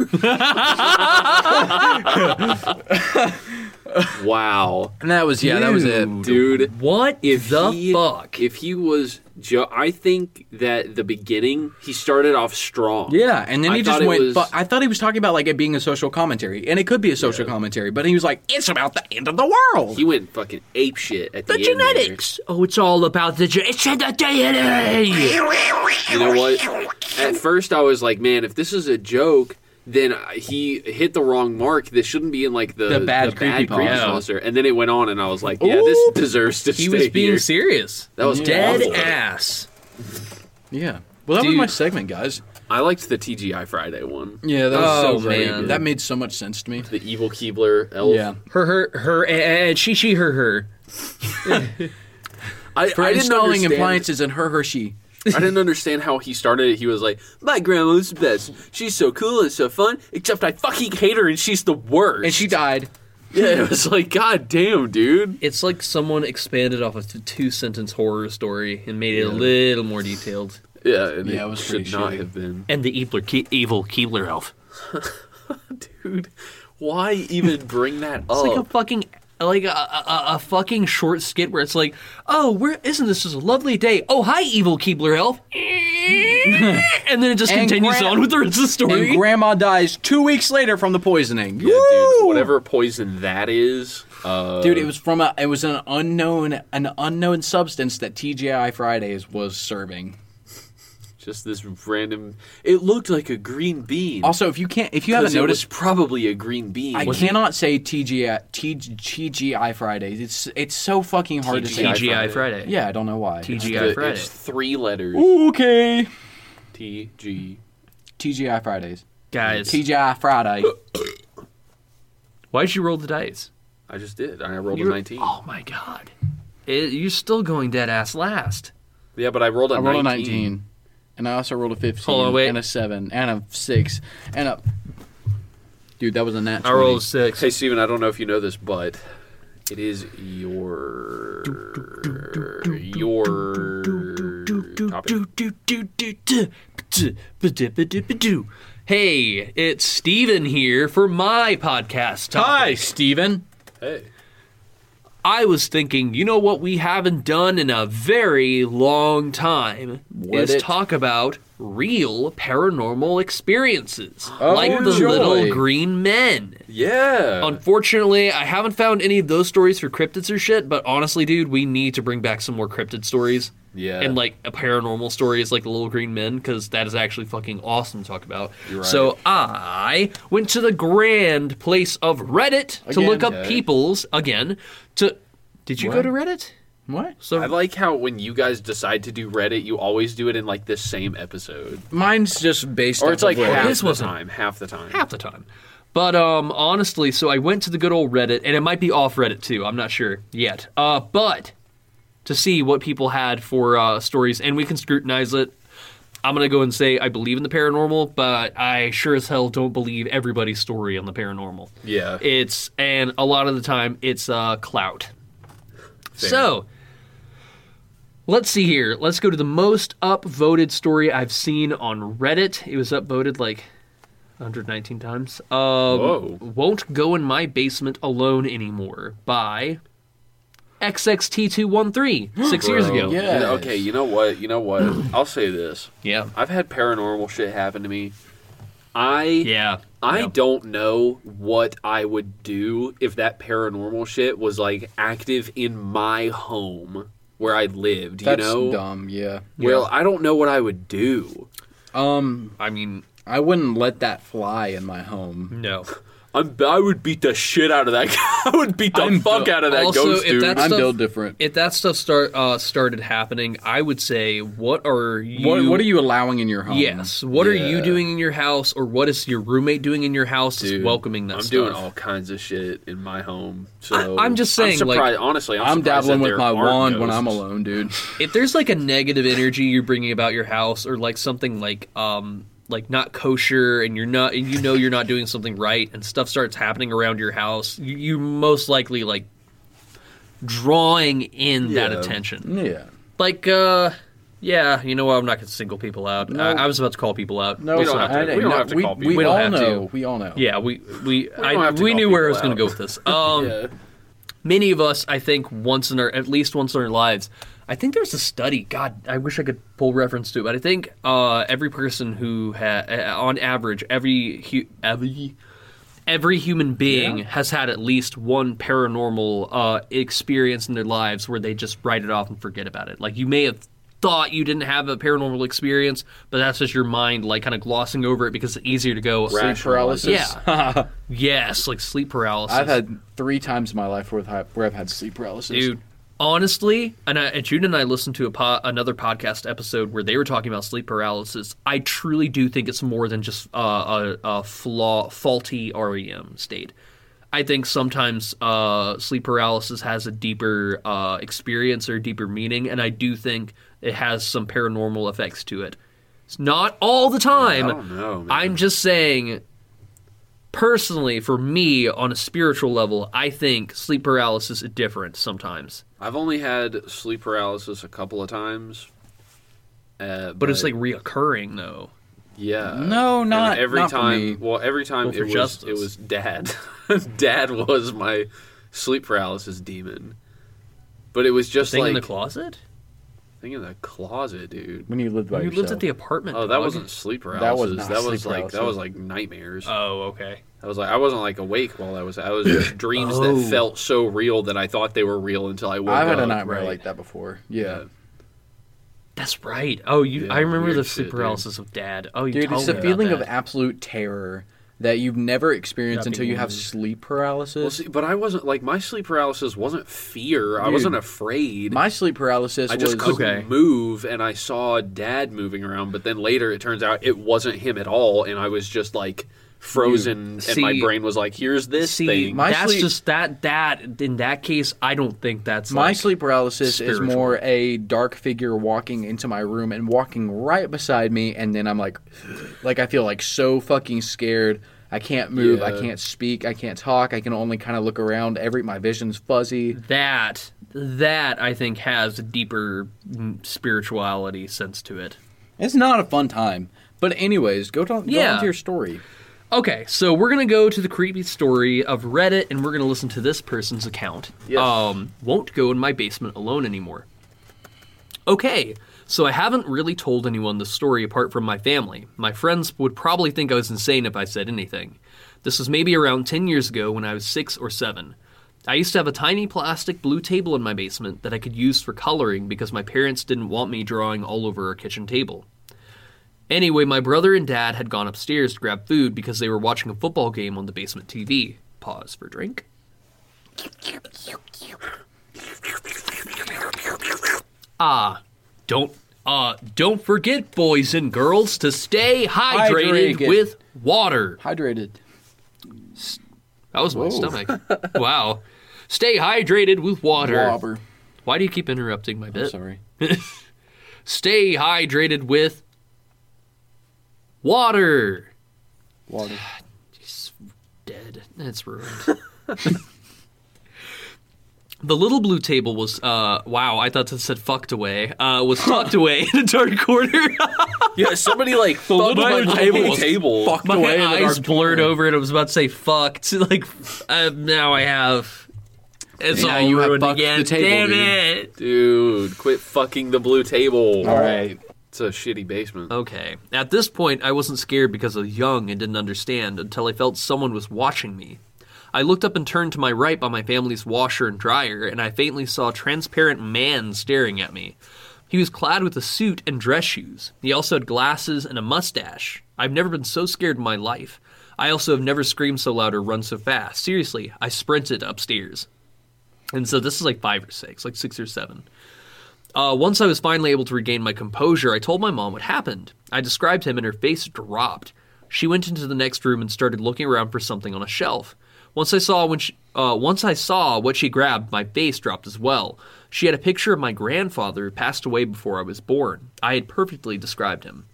Speaker 1: Wow.
Speaker 3: And that was yeah, that was it.
Speaker 1: Dude.
Speaker 2: What
Speaker 1: if
Speaker 2: the
Speaker 1: he,
Speaker 2: fuck?
Speaker 1: If he was, jo- I think that the beginning he started off strong.
Speaker 3: Yeah, and then
Speaker 1: I
Speaker 3: he just
Speaker 1: thought it
Speaker 3: went.
Speaker 1: was-
Speaker 3: but I thought he was talking about like it being a social commentary, and it could be a social commentary. But he was like, "It's about the end of the world."
Speaker 1: He went fucking ape shit at the,
Speaker 2: the
Speaker 1: end there.
Speaker 2: genetics. Oh, it's all about the ge- it's in the DNA.
Speaker 1: You know what? At first, I was like, man, if this is a joke, then I- he hit the wrong mark. This shouldn't be in like the,
Speaker 3: The bad creepypasta.
Speaker 1: creepypasta. And then it went on, and I was like, yeah, this deserves to
Speaker 2: He
Speaker 1: stay
Speaker 2: was being
Speaker 1: here.
Speaker 2: serious.
Speaker 1: That was
Speaker 2: dead
Speaker 1: awful.
Speaker 2: ass.
Speaker 3: yeah. Well, that
Speaker 2: Dude.
Speaker 3: was my segment, guys.
Speaker 1: I liked the TGI Friday one.
Speaker 3: Yeah, that was
Speaker 2: Oh,
Speaker 3: so great.
Speaker 2: man.
Speaker 3: That made so much sense to me.
Speaker 1: The evil Keebler elf.
Speaker 3: Yeah.
Speaker 2: Her her her and she she her her.
Speaker 1: I,
Speaker 3: For
Speaker 1: I didn't
Speaker 3: installing
Speaker 1: understand.
Speaker 3: appliances in her Hershey.
Speaker 1: I didn't understand how he started it. He was like, "My grandma's the best. She's so cool and so fun. Except I fucking hate her, and she's the worst."
Speaker 3: And she died.
Speaker 1: yeah, it was like, "God damn, dude."
Speaker 2: It's like someone expanded off a two sentence horror story and made it a little more detailed.
Speaker 1: Yeah, and
Speaker 3: Yeah,
Speaker 1: it,
Speaker 3: it was
Speaker 1: should
Speaker 3: pretty
Speaker 1: not
Speaker 3: shitty.
Speaker 1: have been,
Speaker 2: And the evil Ke- evil Keebler elf.
Speaker 1: dude. Why even bring that up?
Speaker 2: It's like a fucking like a, a, a- a fucking short skit where it's like, oh, where isn't this just a lovely day? Oh, hi, evil Keebler elf. and then it just
Speaker 3: And
Speaker 2: continues
Speaker 3: Gran-
Speaker 2: on with the rest of the story.
Speaker 3: And grandma dies two weeks later from the poisoning.
Speaker 1: yeah, dude.
Speaker 3: Woo!
Speaker 1: Whatever poison that is, uh,
Speaker 3: Dude, it was from a it was an unknown an unknown substance that TGI Fridays was serving.
Speaker 1: just this random. It looked like a green bean.
Speaker 3: Also, if you can't if you
Speaker 1: 'Cause
Speaker 3: haven't
Speaker 1: it was
Speaker 3: noticed
Speaker 1: probably a green bean.
Speaker 3: I cannot say TGI T- TGI Fridays. It's it's so fucking hard to say.
Speaker 1: TGI Friday.
Speaker 3: Yeah, I don't know why.
Speaker 2: TGI
Speaker 1: The-
Speaker 2: Friday.
Speaker 1: It's three letters.
Speaker 3: Okay.
Speaker 1: T G.
Speaker 3: TGI Fridays.
Speaker 2: Guys,
Speaker 3: TGI Friday.
Speaker 2: why'd you roll the dice?
Speaker 1: I just did. I rolled
Speaker 2: You-
Speaker 1: a nineteen.
Speaker 2: Oh my god. It, you're still going dead ass last.
Speaker 1: Yeah, but I rolled a
Speaker 3: I rolled a 19. And I also rolled a 15.
Speaker 2: Hold on, wait.
Speaker 3: And a 7. And a 6. And a. Dude, that was a nat 20.
Speaker 2: I rolled a six.
Speaker 1: Hey, Steven, I don't know if you know this, but it is your your topic.
Speaker 2: Hey, it's Steven here for my podcast. topic.
Speaker 3: Steven.
Speaker 1: Hey,
Speaker 2: I was thinking, you know what we haven't done in a very long time
Speaker 3: What
Speaker 2: is
Speaker 3: it-
Speaker 2: talk about real paranormal experiences,
Speaker 3: Oh,
Speaker 2: like the
Speaker 3: joy.
Speaker 2: little green men.
Speaker 1: yeah.
Speaker 2: Unfortunately, I haven't found any of those stories for cryptids or shit, but honestly, dude, we need to bring back some more cryptid stories.
Speaker 1: Yeah.
Speaker 2: And like a paranormal stories like the Little Green Men, because that is actually fucking awesome to talk about.
Speaker 1: You're right.
Speaker 2: So I went to the grand place of Reddit to
Speaker 3: Again.
Speaker 2: look up
Speaker 1: Okay.
Speaker 2: people's again. To did you go
Speaker 3: What?
Speaker 2: to Reddit?
Speaker 3: What?
Speaker 2: So
Speaker 1: I like how when you guys decide to do Reddit, you always do it in like this same episode,
Speaker 3: Mine's just based
Speaker 1: or
Speaker 3: off
Speaker 1: it's like
Speaker 3: of what-
Speaker 1: half
Speaker 2: This
Speaker 1: the
Speaker 2: wasn't-
Speaker 1: time. Half the time.
Speaker 2: half the time. But um, honestly, so I went to the good old Reddit, and it might be off Reddit too. I'm not sure yet. Uh, but to see what people had for uh, stories, and we can scrutinize it. I'm gonna go and say I believe in the paranormal, but I sure as hell don't believe everybody's story on the paranormal.
Speaker 1: Yeah.
Speaker 2: It's and a lot of the time it's uh, clout.
Speaker 1: Fair.
Speaker 2: So let's see here. Let's go to the most upvoted story I've seen on Reddit. It was upvoted like 119 times. Um,
Speaker 1: Whoa.
Speaker 2: Won't go in my basement alone anymore by XXT213 six years
Speaker 1: Bro,
Speaker 2: ago.
Speaker 1: you know-
Speaker 3: Yes.
Speaker 1: okay, you know what? You know what? I'll say this.
Speaker 2: Yeah.
Speaker 1: I've had paranormal shit happen to me. I
Speaker 2: Yeah.
Speaker 1: I
Speaker 2: Yeah.
Speaker 1: don't know what I would do if that paranormal shit was like active in my home where I lived,
Speaker 3: That's
Speaker 1: you know?
Speaker 3: dumb. Yeah.
Speaker 1: Well, I don't know what I would do.
Speaker 3: Um,
Speaker 2: I mean,
Speaker 3: I wouldn't let that fly in my home.
Speaker 2: no.
Speaker 1: I'm, I would beat the shit out of that. guy. I would beat the
Speaker 2: I'm-
Speaker 1: fuck out of that
Speaker 2: also,
Speaker 1: ghost
Speaker 2: if
Speaker 1: dude.
Speaker 2: that's-
Speaker 3: I'm
Speaker 2: Stuff-
Speaker 3: built different.
Speaker 2: If that stuff start uh, started happening, I would say, what are you?
Speaker 3: What What are you allowing in your home?
Speaker 2: Yes. What are you
Speaker 1: Um, Yeah.
Speaker 2: doing in your house, or what is your roommate doing in your house? Is
Speaker 1: Dude,
Speaker 2: welcoming that
Speaker 1: I'm
Speaker 2: stuff.
Speaker 1: doing all kinds of shit in my home. So
Speaker 2: I- I'm just saying, like-
Speaker 1: surprised- honestly, I'm,
Speaker 3: I'm
Speaker 1: surprised that
Speaker 3: dabbling with
Speaker 1: there
Speaker 3: my
Speaker 1: aren't
Speaker 3: wand when
Speaker 1: ghosts.
Speaker 3: I'm alone, dude.
Speaker 2: if there's like a negative energy you're bringing about your house or like something like um like not kosher and you're not and you know you're not doing something right and stuff starts happening around your house you, you most likely like drawing in that
Speaker 1: Yeah.
Speaker 2: attention
Speaker 3: yeah.
Speaker 2: like uh yeah you know what i'm not gonna single people out
Speaker 3: No.
Speaker 2: I, I was about to call people out
Speaker 3: No,
Speaker 1: We don't have to-
Speaker 3: I-
Speaker 1: we don't
Speaker 3: no,
Speaker 1: have to
Speaker 3: we,
Speaker 1: call
Speaker 3: we
Speaker 1: people.
Speaker 2: We don't
Speaker 3: all
Speaker 2: have to.
Speaker 3: know. We all know.
Speaker 2: yeah we we, I,
Speaker 1: have to
Speaker 2: we
Speaker 1: call
Speaker 2: knew where i
Speaker 1: people
Speaker 2: was gonna
Speaker 1: out.
Speaker 2: go with this um
Speaker 1: Yeah.
Speaker 2: many of us, I think, once in our at least once in our lives, I think there's a study. God, I wish I could pull reference to it, but I think uh, every person who ha- uh, on average, every hu- every every human being has had at least one paranormal uh, experience in their lives where they just write it off and forget about it. Like you may have thought you didn't have a paranormal experience, but that's just your mind like kind of glossing over it because it's easier to go.
Speaker 1: Right.
Speaker 3: Sleep paralysis.
Speaker 2: Yeah. yes, like sleep paralysis.
Speaker 3: I've had three times in my life where I've, where I've had sleep paralysis.
Speaker 2: Dude, honestly, and, I, and June and I listened to a po- another podcast episode where they were talking about sleep paralysis. I truly do think it's more than just uh, a, a flaw, faulty REM state. I think sometimes uh, sleep paralysis has a deeper uh, experience or deeper meaning, and I do think it has some paranormal effects to it. It's not all the time.
Speaker 1: I don't know, man.
Speaker 2: I'm just saying personally for me on a spiritual level i think sleep paralysis is different sometimes
Speaker 1: I've only had sleep paralysis a couple of times. Uh,
Speaker 2: but it's like reoccurring though
Speaker 1: yeah,
Speaker 3: No,
Speaker 1: And
Speaker 3: not-
Speaker 1: every
Speaker 3: not for
Speaker 1: time.
Speaker 3: me.
Speaker 1: Well, every time
Speaker 2: Well, for
Speaker 1: it was
Speaker 2: justice.
Speaker 1: it was dad. dad was my sleep paralysis demon, but it was just
Speaker 2: thing
Speaker 1: like
Speaker 2: in the closet
Speaker 1: thing in the closet, dude.
Speaker 3: when you lived by
Speaker 2: you
Speaker 3: yourself.
Speaker 2: lived at the apartment
Speaker 1: Oh, that
Speaker 2: dog.
Speaker 1: wasn't sleep
Speaker 3: That was
Speaker 1: paralysis.
Speaker 3: not
Speaker 1: That was,
Speaker 3: sleep
Speaker 1: like that
Speaker 3: paralysis.
Speaker 1: was like nightmares.
Speaker 2: oh okay
Speaker 1: I was like I wasn't like awake while I was. I was just dreams
Speaker 2: Oh.
Speaker 1: that felt so real that I thought they were real until I woke
Speaker 3: I've
Speaker 1: up.
Speaker 3: had a nightmare
Speaker 2: right.
Speaker 3: like that before. Yeah.
Speaker 2: that's right oh you
Speaker 1: Yeah,
Speaker 2: i remember
Speaker 1: weird
Speaker 2: the
Speaker 1: shit,
Speaker 2: sleep
Speaker 1: dude.
Speaker 2: paralysis of dad oh you
Speaker 3: Dude,
Speaker 2: told
Speaker 3: it's
Speaker 2: me
Speaker 3: the
Speaker 2: about
Speaker 3: feeling
Speaker 2: that.
Speaker 3: of absolute terror that you've never experienced
Speaker 2: Not
Speaker 3: until
Speaker 2: being
Speaker 3: you have
Speaker 2: moved.
Speaker 3: sleep
Speaker 1: Well,
Speaker 3: paralysis.
Speaker 1: see, but I wasn't like my sleep paralysis wasn't fear. I
Speaker 3: Dude.
Speaker 1: wasn't afraid.
Speaker 3: My sleep paralysis
Speaker 1: I just
Speaker 3: was
Speaker 1: couldn't
Speaker 2: Okay.
Speaker 1: move, and I saw Dad moving around. But then later, it turns out it wasn't him at all, and I was just like frozen, and my
Speaker 2: See-
Speaker 1: brain was like, "Here's this
Speaker 2: see
Speaker 1: thing."
Speaker 3: my
Speaker 2: that's
Speaker 3: sleep-
Speaker 2: just that that in that case i don't think that's
Speaker 3: my
Speaker 2: like-
Speaker 3: sleep paralysis
Speaker 2: spiritual.
Speaker 3: is more a dark figure walking into my room and walking right beside me, and then I'm like, like I feel like so fucking scared. I can't move. I
Speaker 1: Yeah.
Speaker 3: can't speak. I can't talk. I can only kind of look around. Every my vision's fuzzy.
Speaker 2: that that i think has a deeper mm, spirituality sense to it
Speaker 3: It's not a fun time. But anyways, go, to, go
Speaker 2: Yeah.
Speaker 3: on to your story.
Speaker 2: Okay, so we're gonna go to the creepy story of Reddit, and we're gonna listen to this person's account.
Speaker 1: Yes.
Speaker 2: Um, won't go in my basement alone anymore. Okay, so I haven't really told anyone this story apart from my family. My friends would probably think I was insane if I said anything. This was maybe around 10 years ago when I was 6 or 7. I used to have a tiny plastic blue table in my basement that I could use for coloring because my parents didn't want me drawing all over our kitchen table. Anyway, my brother and dad had gone upstairs to grab food because they were watching a football game on the basement TV. Pause for drink. Ah, don't uh don't forget boys and girls to stay hydrated,
Speaker 3: Hydrated.
Speaker 2: with water.
Speaker 3: Hydrated.
Speaker 2: That was my stomach. wow. Stay hydrated with water.
Speaker 3: Wobber.
Speaker 2: Why do you keep interrupting my
Speaker 3: I'm
Speaker 2: bit?
Speaker 3: sorry.
Speaker 2: Stay hydrated with water.
Speaker 3: Water.
Speaker 2: He's dead. It's ruined. the little blue table was uh wow, I thought that said fucked away. Uh was tucked away in a dark corner.
Speaker 1: Yeah, somebody like the
Speaker 3: little
Speaker 1: my
Speaker 2: blue
Speaker 1: table,
Speaker 2: table was
Speaker 1: table.
Speaker 3: fucked
Speaker 2: My
Speaker 3: away in a
Speaker 2: eyes
Speaker 3: dark
Speaker 2: blurred
Speaker 3: corner.
Speaker 2: over it. I was about to say fucked. Like uh, now I have it's
Speaker 3: Yeah,
Speaker 2: all
Speaker 3: you have
Speaker 2: ruined
Speaker 3: fucked
Speaker 2: again.
Speaker 3: the table,
Speaker 2: Damn
Speaker 3: dude.
Speaker 2: it.
Speaker 1: Dude, quit fucking the blue table.
Speaker 3: All right.
Speaker 1: It's a shitty basement.
Speaker 2: Okay. At this point, I wasn't scared because I was young and didn't understand until I felt someone was watching me. I looked up and turned to my right by my family's washer and dryer, and I faintly saw a transparent man staring at me. He was clad with a suit and dress shoes. He also had glasses and a mustache. I've never been so scared in my life. I also have never screamed so loud or run so fast. Seriously, I sprinted upstairs. And so this is like five or six, like six or seven. Uh, once I was finally able to regain my composure, I told my mom what happened. I described him, and her face dropped. She went into the next room and started looking around for something on a shelf. Once I saw when she, uh, once I saw what she grabbed, my face dropped as well. She had a picture of my grandfather who passed away before I was born. I had perfectly described him.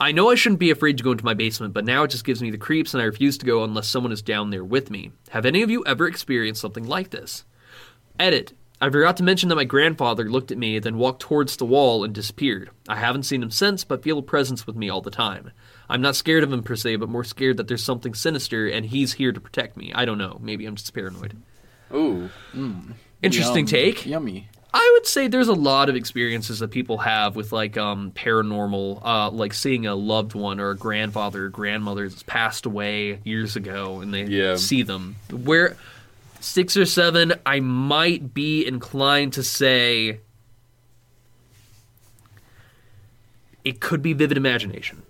Speaker 2: I know I shouldn't be afraid to go into my basement, but now it just gives me the creeps, and I refuse to go unless someone is down there with me. Have any of you ever experienced something like this? Edit. I forgot to mention that my grandfather looked at me, then walked towards the wall and disappeared. I haven't seen him since, but feel a presence with me all the time. I'm not scared of him per se, but more scared that there's something sinister and he's here to protect me. I don't know. Maybe I'm just paranoid.
Speaker 1: Ooh.
Speaker 2: Interesting
Speaker 3: Yum.
Speaker 2: take.
Speaker 3: Yummy.
Speaker 2: I would say there's a lot of experiences that people have with like um, paranormal, uh, like seeing a loved one or a grandfather or grandmother that's passed away years ago, and they
Speaker 1: Yeah.
Speaker 2: see them. Where six or seven, I might be inclined to say it could be vivid imagination,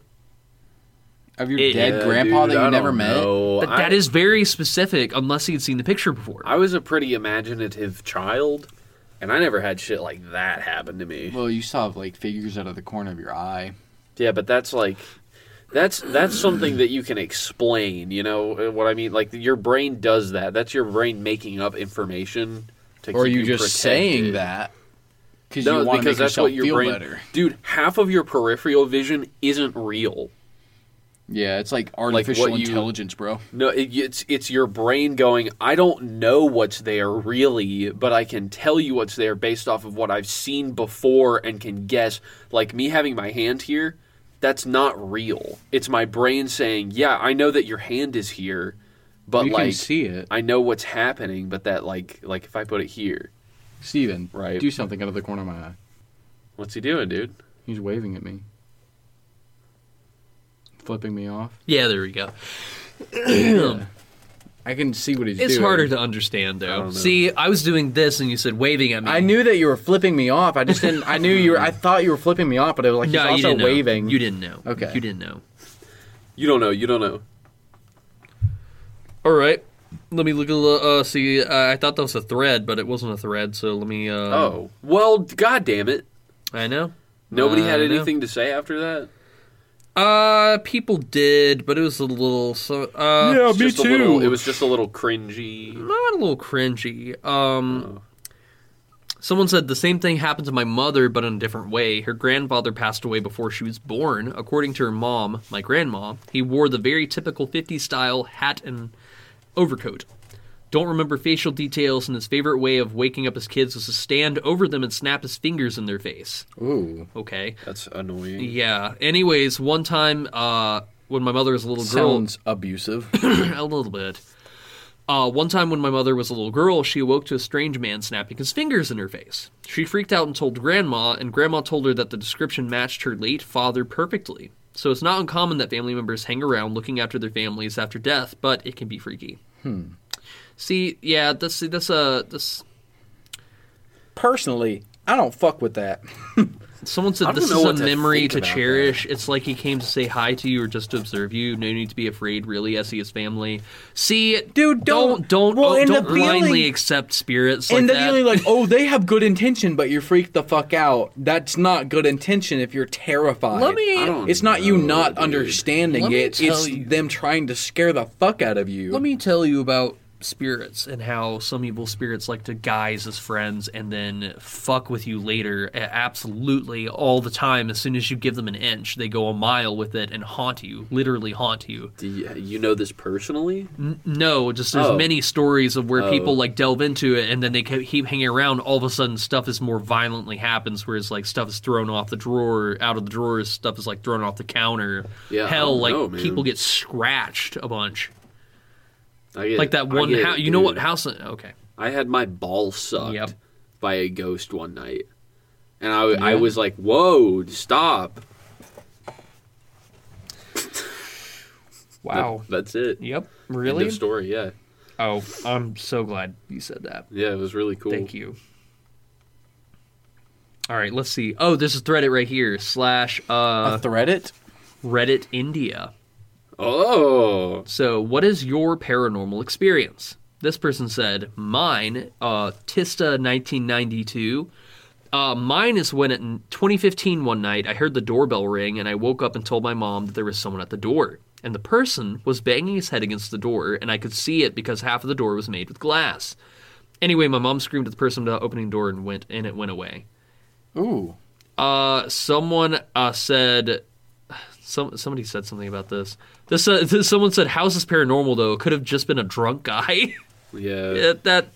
Speaker 3: Of your
Speaker 2: It-
Speaker 3: dead
Speaker 1: Yeah,
Speaker 3: grandpa
Speaker 1: dude,
Speaker 3: that
Speaker 1: I
Speaker 3: you
Speaker 1: don't
Speaker 3: never met.
Speaker 1: know.
Speaker 2: but
Speaker 1: I,
Speaker 2: that is very specific. Unless he'd seen the picture before,
Speaker 1: I was a pretty imaginative child, and I never had shit like that happen to me.
Speaker 3: Well, you saw like figures out of the corner of your eye.
Speaker 1: Yeah, but that's like that's that's something that you can explain, you know uh, what I mean? Like your brain does that. That's your brain making up information to
Speaker 3: Or
Speaker 1: keep
Speaker 3: you,
Speaker 1: you
Speaker 3: just saying
Speaker 1: protected.
Speaker 3: that because
Speaker 1: No,
Speaker 3: you want to
Speaker 1: because
Speaker 3: make
Speaker 1: that's
Speaker 3: yourself
Speaker 1: what your
Speaker 3: feel
Speaker 1: brain
Speaker 3: better.
Speaker 1: Dude, half of your peripheral vision isn't real.
Speaker 3: Yeah, it's like artificial
Speaker 1: what you-
Speaker 3: intelligence, bro.
Speaker 1: No, it, it's it's your brain going. I don't know what's there really, but I can tell you what's there based off of what I've seen before and can guess. Like me having my hand here, that's not real. It's my brain saying, "Yeah, I know that your hand is here, but
Speaker 3: you
Speaker 1: like
Speaker 3: can see it,
Speaker 1: I know what's happening, but that like like if I put it here,
Speaker 3: Steven,
Speaker 1: Right.
Speaker 3: Do something out of the corner of my eye.
Speaker 1: what's he doing, dude?
Speaker 3: He's waving at me, flipping me off.
Speaker 2: yeah, there we go.
Speaker 3: I can see what he's doing.
Speaker 2: It's harder to understand though.
Speaker 1: know.
Speaker 2: See, I was doing this, and you said waving at me.
Speaker 3: I knew that you were flipping me off. I just didn't. I knew you were. I thought you were flipping me off, but it was like he's also
Speaker 2: didn't know.
Speaker 3: waving.
Speaker 2: You didn't know.
Speaker 3: Okay.
Speaker 2: You didn't know.
Speaker 1: You don't know. You don't know.
Speaker 2: All right. Let me look a little. Uh, see, I thought that was a thread, but it wasn't a thread. So let me. Uh,
Speaker 1: Oh well, god damn it!
Speaker 2: I know. Uh,
Speaker 1: Nobody
Speaker 2: I
Speaker 1: had
Speaker 2: know.
Speaker 1: anything to say after that.
Speaker 2: Uh, people did, but it was a little. So, uh,
Speaker 3: Yeah,
Speaker 1: It's
Speaker 3: me
Speaker 1: just a
Speaker 3: too.
Speaker 1: little- it was just a little cringy.
Speaker 2: not a little cringy. Um, someone said the same thing happened to my mother, but in a different way. Her grandfather passed away before she was born. According to her mom, my grandma, he wore the very typical 50s style hat and overcoat. Don't remember facial details, and his favorite way of waking up his kids was to stand over them and snap his fingers in their face.
Speaker 3: Ooh,
Speaker 2: Okay.
Speaker 1: That's annoying.
Speaker 2: Yeah. Anyways, one time uh, when my mother was a little girl,
Speaker 3: sounds abusive.
Speaker 2: a little bit. Uh, one time when my mother was a little girl, she awoke to a strange man snapping his fingers in her face. She freaked out and told Grandma, and Grandma told her that the description matched her late father perfectly. So it's not uncommon that family members hang around looking after their families after death, but it can be freaky. Hmm. See, yeah, this, see, this, uh, this.
Speaker 3: Personally, I don't fuck with that.
Speaker 2: Someone
Speaker 1: I
Speaker 2: said
Speaker 1: don't
Speaker 2: this
Speaker 1: know
Speaker 2: is a
Speaker 1: what to
Speaker 2: memory
Speaker 1: think
Speaker 2: to
Speaker 1: about that.
Speaker 2: cherish. It's like he came to say hi to you or just to observe you. No need to be afraid, really. I see his family. See, don't
Speaker 3: Dude, don't-
Speaker 2: don't,
Speaker 3: well,
Speaker 2: oh,
Speaker 3: and
Speaker 2: don't
Speaker 3: the feeling-
Speaker 2: blindly accept spirits like
Speaker 3: and then
Speaker 2: that.
Speaker 3: you're like, oh, they have good intention, but you're freaked the fuck out. That's not good intention if you're terrified.
Speaker 2: Let me- I
Speaker 1: don't
Speaker 3: It's not you
Speaker 1: know,
Speaker 3: not
Speaker 1: dude.
Speaker 3: understanding
Speaker 2: Let me
Speaker 3: it.
Speaker 2: tell
Speaker 3: It's
Speaker 2: you-
Speaker 3: them trying to scare the fuck out of you.
Speaker 2: Let me tell you about spirits and how some evil spirits like to guise as friends and then fuck with you later a- absolutely all the time as soon as you give them an inch they go a mile with it and haunt you literally haunt you
Speaker 1: Do you, you know this personally?
Speaker 2: no just there's
Speaker 1: Oh.
Speaker 2: many stories of where people like delve into it and then they ca- keep hanging around all of a sudden stuff is more violently happens whereas like stuff is thrown off the drawer out of the drawers stuff is like thrown off the counter
Speaker 1: Yeah, I
Speaker 2: hell
Speaker 1: don't
Speaker 2: like
Speaker 1: know, man.
Speaker 2: people get scratched a bunch
Speaker 1: I get,
Speaker 2: like that
Speaker 1: I
Speaker 2: one
Speaker 1: get it,
Speaker 2: house you know what
Speaker 1: dude.
Speaker 2: house uh, okay
Speaker 1: I had my ball sucked
Speaker 2: Yep.
Speaker 1: by a ghost one night, and I, I was like, "Whoa, stop!"
Speaker 2: wow
Speaker 1: That's it.
Speaker 2: Yep.
Speaker 1: End
Speaker 2: Really?
Speaker 1: of story. Yeah,
Speaker 2: Oh, I'm so glad you said that.
Speaker 1: yeah, it was really cool.
Speaker 2: Thank you. All right, let's see. Oh, this is Reddit right here slash uh,
Speaker 3: Threadit?
Speaker 2: Reddit India.
Speaker 1: Oh,
Speaker 2: So, what is your paranormal experience? This person said, mine, uh, Tista 1992. Uh, mine is when at 2015 one night, I heard the doorbell ring and I woke up and told my mom that there was someone at the door. And the person was banging his head against the door, and I could see it because half of the door was made with glass. Anyway, my mom screamed at the person without opening the door and went, and it went away.
Speaker 3: Ooh.
Speaker 2: Uh, someone uh, said, some somebody said something about this. This, uh, this someone said, "How's this paranormal though? It could have just been a drunk guy."
Speaker 1: yeah.
Speaker 2: Yeah, that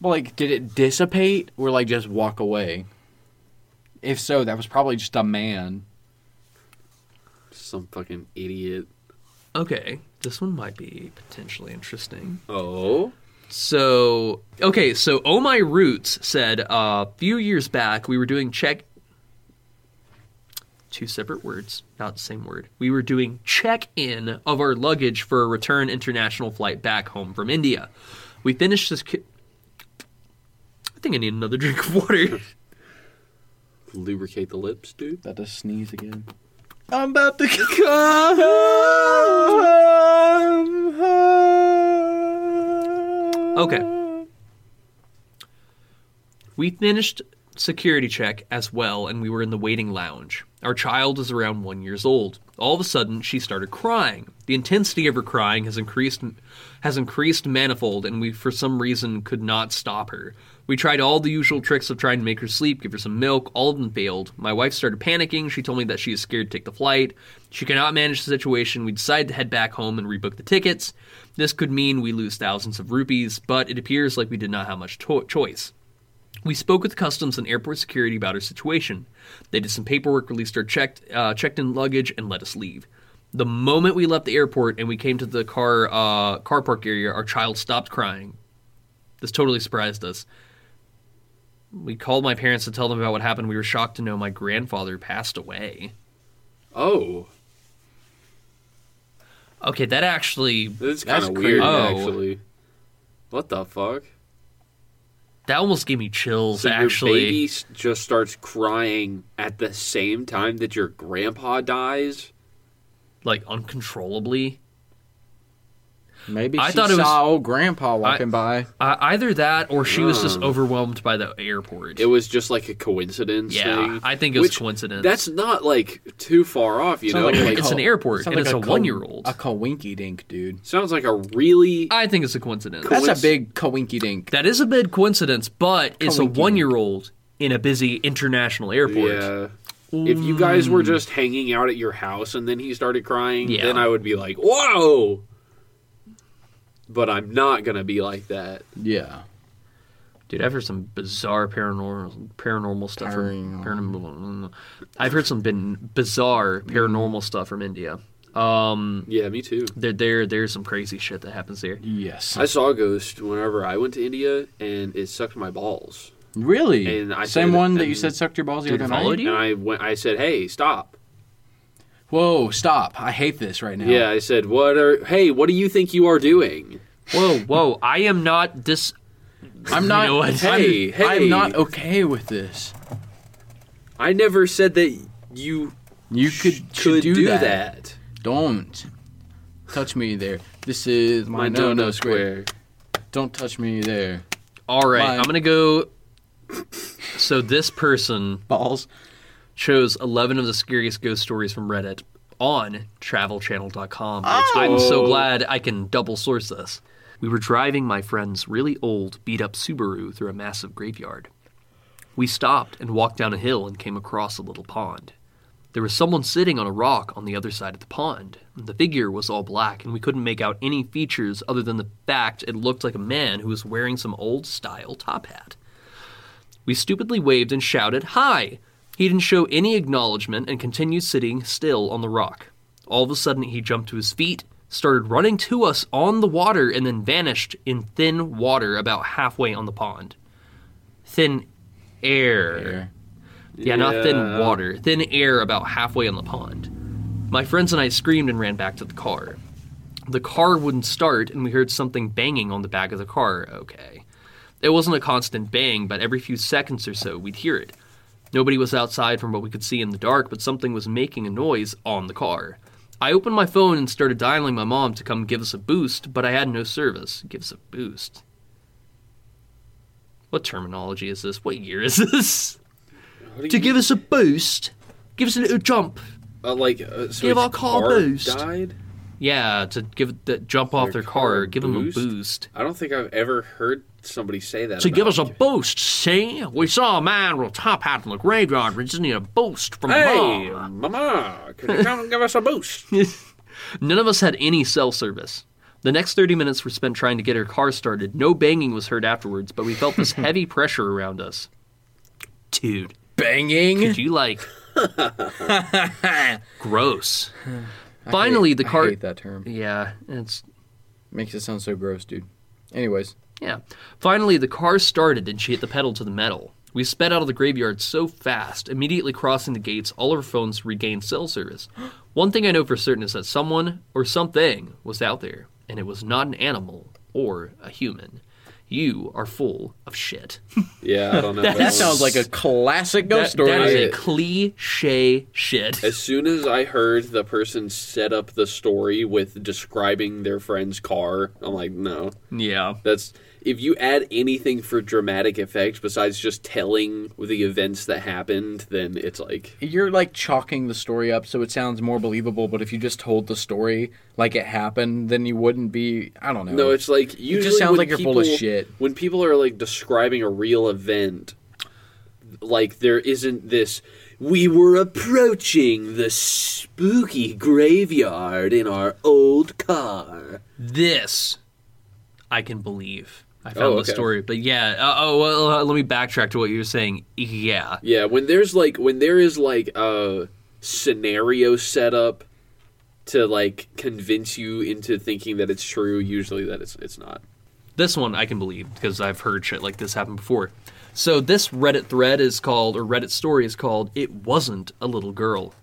Speaker 3: Well, like, did it dissipate or, like, just walk away? If so, that was probably just a man.
Speaker 1: Some fucking idiot.
Speaker 2: okay. This one might be potentially interesting.
Speaker 1: Oh,
Speaker 2: So okay, so Oh My Roots said uh, a few years back we were doing check. Two separate words, not the same word. We were doing check in of our luggage for a return international flight back home from India. We finished this. Ki- I think I need another drink of water.
Speaker 1: lubricate the lips, dude.
Speaker 3: That does sneeze again. I'm about to come home.
Speaker 2: Okay. We finished security check as well, and we were in the waiting lounge. Our child is around one years old. All of a sudden, she started crying. The intensity of her crying has increased, has increased manifold, and we, for some reason, could not stop her. We tried all the usual tricks of trying to make her sleep, give her some milk. All of them failed. My wife started panicking. She told me that she is scared to take the flight. She cannot manage the situation. We decided to head back home and rebook the tickets. This could mean we lose thousands of rupees, but it appears like we did not have much to- choice. We spoke with customs and airport security about our situation. They did some paperwork, released our checked uh, checked in luggage, and let us leave. The moment we left the airport and we came to the car uh, car park area, our child stopped crying. This totally surprised us. We called my parents to tell them about what happened. We were shocked to know my grandfather passed away.
Speaker 1: Oh,
Speaker 2: Okay, that actually
Speaker 1: that's kind
Speaker 3: That's
Speaker 1: of weird.
Speaker 3: crazy.
Speaker 2: Oh.
Speaker 1: Actually, what the fuck?
Speaker 2: that almost gave me chills.
Speaker 1: So
Speaker 2: actually,
Speaker 1: your baby s- just starts crying at the same time that your grandpa dies.
Speaker 2: like uncontrollably.
Speaker 3: Maybe
Speaker 2: I
Speaker 3: she
Speaker 2: thought it was-
Speaker 3: saw old grandpa walking by.
Speaker 2: Uh, either that, or she was just
Speaker 1: Mm.
Speaker 2: overwhelmed by the airport.
Speaker 1: It was just like a coincidence.
Speaker 2: yeah,
Speaker 1: thing,
Speaker 2: I think it was
Speaker 1: which-
Speaker 2: coincidence.
Speaker 1: That's not like too far off, you
Speaker 3: Sounds
Speaker 1: know.
Speaker 3: like a
Speaker 1: Like,
Speaker 2: It's
Speaker 3: co-
Speaker 2: an airport,
Speaker 3: sounds
Speaker 2: and it's a
Speaker 3: co-
Speaker 2: one-year-old.
Speaker 3: A coinky dink, dude.
Speaker 1: sounds like a really
Speaker 2: I think it's a coincidence.
Speaker 1: Cool.
Speaker 3: That's a
Speaker 1: Coinc-
Speaker 3: big coinky dink.
Speaker 2: That is a big coincidence, but it's a
Speaker 3: Coincidence.
Speaker 2: one-year-old in a busy international airport.
Speaker 1: yeah. If you guys were just hanging out at your house and then he started crying,
Speaker 2: Mm. Yeah.
Speaker 1: then I would be like, "Whoa!" But I'm not gonna be like that.
Speaker 3: Yeah.
Speaker 2: Dude, I've heard some bizarre paranormal paranormal stuff from
Speaker 3: Paranormal.
Speaker 2: paranormal. I've heard some bin, bizarre paranormal stuff from India. Um,
Speaker 1: Yeah, me too.
Speaker 2: there, there, there's some crazy shit that happens there.
Speaker 3: Yes.
Speaker 1: I saw a ghost whenever I went to India, and it sucked my balls.
Speaker 3: really?
Speaker 1: And I
Speaker 3: Same
Speaker 1: said-
Speaker 3: one that you
Speaker 1: and-
Speaker 3: said sucked your balls the
Speaker 2: Did
Speaker 3: other
Speaker 2: it follow
Speaker 3: night?
Speaker 2: you?
Speaker 1: And I went. I said, "Hey, stop!"
Speaker 3: Whoa, stop. I hate this right now.
Speaker 1: Yeah, I said, "What are? Hey, what do you think you are doing?"
Speaker 2: Whoa, whoa! I am not this.
Speaker 3: I'm not
Speaker 2: know what?
Speaker 3: I'm-
Speaker 1: Hey, hey.
Speaker 3: I'm not okay with this.
Speaker 1: I never said that you
Speaker 3: You could,
Speaker 1: could,
Speaker 3: should
Speaker 1: do,
Speaker 3: do,
Speaker 1: that.
Speaker 3: Don't touch me there. This is my,
Speaker 1: My
Speaker 3: no
Speaker 1: no
Speaker 3: no square. Don't touch me there.
Speaker 2: All right,
Speaker 3: Mine.
Speaker 2: I'm gonna go. So this person
Speaker 3: Balls.
Speaker 2: chose 11 of the scariest ghost stories from Reddit on travelchannel.com. It's- I'm so
Speaker 1: Oh.
Speaker 2: glad I can double source this. We were driving my friend's really old, beat up Subaru through a massive graveyard. We stopped and walked down a hill and came across a little pond. There was someone sitting on a rock on the other side of the pond. The figure was all black, and we couldn't make out any features other than the fact it looked like a man who was wearing some old style top hat. We stupidly waved and shouted, Hi! He didn't show any acknowledgement and continued sitting still on the rock. All of a sudden, he jumped to his feet, started running to us on the water, and then vanished in thin water about halfway on the pond. Thin air. Yeah, not
Speaker 1: Yeah.
Speaker 2: thin water, thin air about halfway on the pond. My friends and I screamed and ran back to the car. The car wouldn't start, and we heard something banging on the back of the car. Okay. It wasn't a constant bang, but every few seconds or so we'd hear it. Nobody was outside from what we could see in the dark, but something was making a noise on the car. I opened my phone and started dialing my mom to come give us a boost, but I had no service. Give us a boost. What terminology is this? What year is this? to give us a boost, give us a little jump.
Speaker 1: Uh, like, uh, so
Speaker 2: Give
Speaker 1: his
Speaker 2: our car a boost.
Speaker 1: Died?
Speaker 2: Yeah, to give the jump off their car, give them a boost.
Speaker 1: I don't think I've ever heard somebody say that.
Speaker 2: To
Speaker 1: about
Speaker 2: give us a
Speaker 1: it.
Speaker 2: boost, see? We saw a man with a top hat in the graveyard. We just need a boost from
Speaker 1: Hey,
Speaker 2: mom.
Speaker 1: Mama, can you come and give us a boost?
Speaker 2: None of us had any cell service. The next 30 minutes were spent trying to get her car started. No banging was heard afterwards, but we felt this heavy pressure around us. Dude,
Speaker 3: Banging.
Speaker 2: do you like. gross. Finally, the car.
Speaker 3: I hate that term.
Speaker 2: Yeah, it's
Speaker 3: Makes it sound so gross, dude. Anyways,
Speaker 2: Yeah. Finally, the car started and she hit the pedal to the metal. We sped out of the graveyard so fast, immediately crossing the gates, all of our phones regained cell service. One thing I know for certain is that someone or something was out there, and it was not an animal or a human. You are full of shit.
Speaker 1: Yeah, I don't know.
Speaker 2: That
Speaker 3: that
Speaker 2: is-
Speaker 1: one.
Speaker 3: sounds like a classic ghost
Speaker 2: That-
Speaker 3: story.
Speaker 2: that is a
Speaker 1: I-
Speaker 2: cliche shit.
Speaker 1: As soon as I heard the person set up the story with describing their friend's car, I'm like, no.
Speaker 2: Yeah.
Speaker 1: That's if you add anything for dramatic effect besides just telling the events that happened, then it's like
Speaker 3: you're like chalking the story up so it sounds more believable, but if you just told the story like it happened, then you wouldn't be. I don't know.
Speaker 1: no, it's like usually
Speaker 3: sounds
Speaker 1: when
Speaker 3: like you're
Speaker 1: people,
Speaker 3: full of shit.
Speaker 1: When people are like describing a real event, like there isn't this. We were approaching the spooky graveyard in our old car.
Speaker 2: This I can believe. I found
Speaker 1: Oh,
Speaker 2: the
Speaker 1: okay.
Speaker 2: story. But yeah, uh, oh, well, uh, let me backtrack to what you were saying. Yeah.
Speaker 1: Yeah, when there's like when there is like a scenario set up to like convince you into thinking that it's true, usually that it's it's not.
Speaker 2: This one I can believe because I've heard shit like this happen before. So this Reddit thread is called, or Reddit story is called, It Wasn't a Little Girl.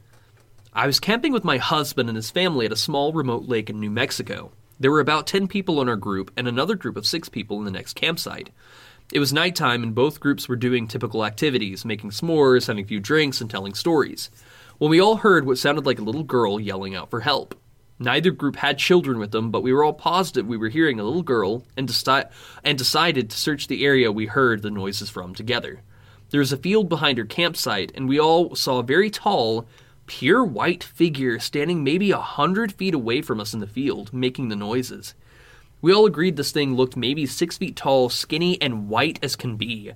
Speaker 2: I was camping with my husband and his family at a small remote lake in New Mexico. There were about 10 people in our group and another group of six people in the next campsite. It was nighttime and both groups were doing typical activities, making s'mores, having a few drinks, and telling stories. When we all heard what sounded like a little girl yelling out for help. Neither group had children with them, but we were all positive we were hearing a little girl and, deci- and decided to search the area we heard the noises from together. There was a field behind her campsite, and we all saw a very tall, pure white figure standing maybe a hundred feet away from us in the field, making the noises. We all agreed this thing looked maybe six feet tall, skinny, and white as can be.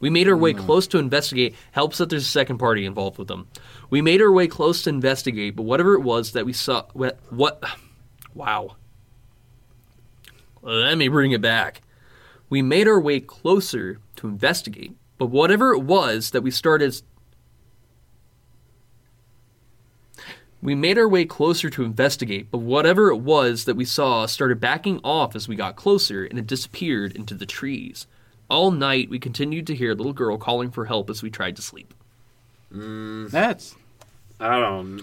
Speaker 2: We made our way close to investigate. Helps that there's a second party involved with them. We made our way close to investigate, but whatever it was that we saw, what, what wow. Let me bring it back. We made our way closer to investigate, but whatever it was that we started. We made our way closer to investigate, but whatever it was that we saw started backing off as we got closer and it disappeared into the trees. All night, we continued to hear a little girl calling for help as we tried to sleep.
Speaker 3: That's
Speaker 1: I don't.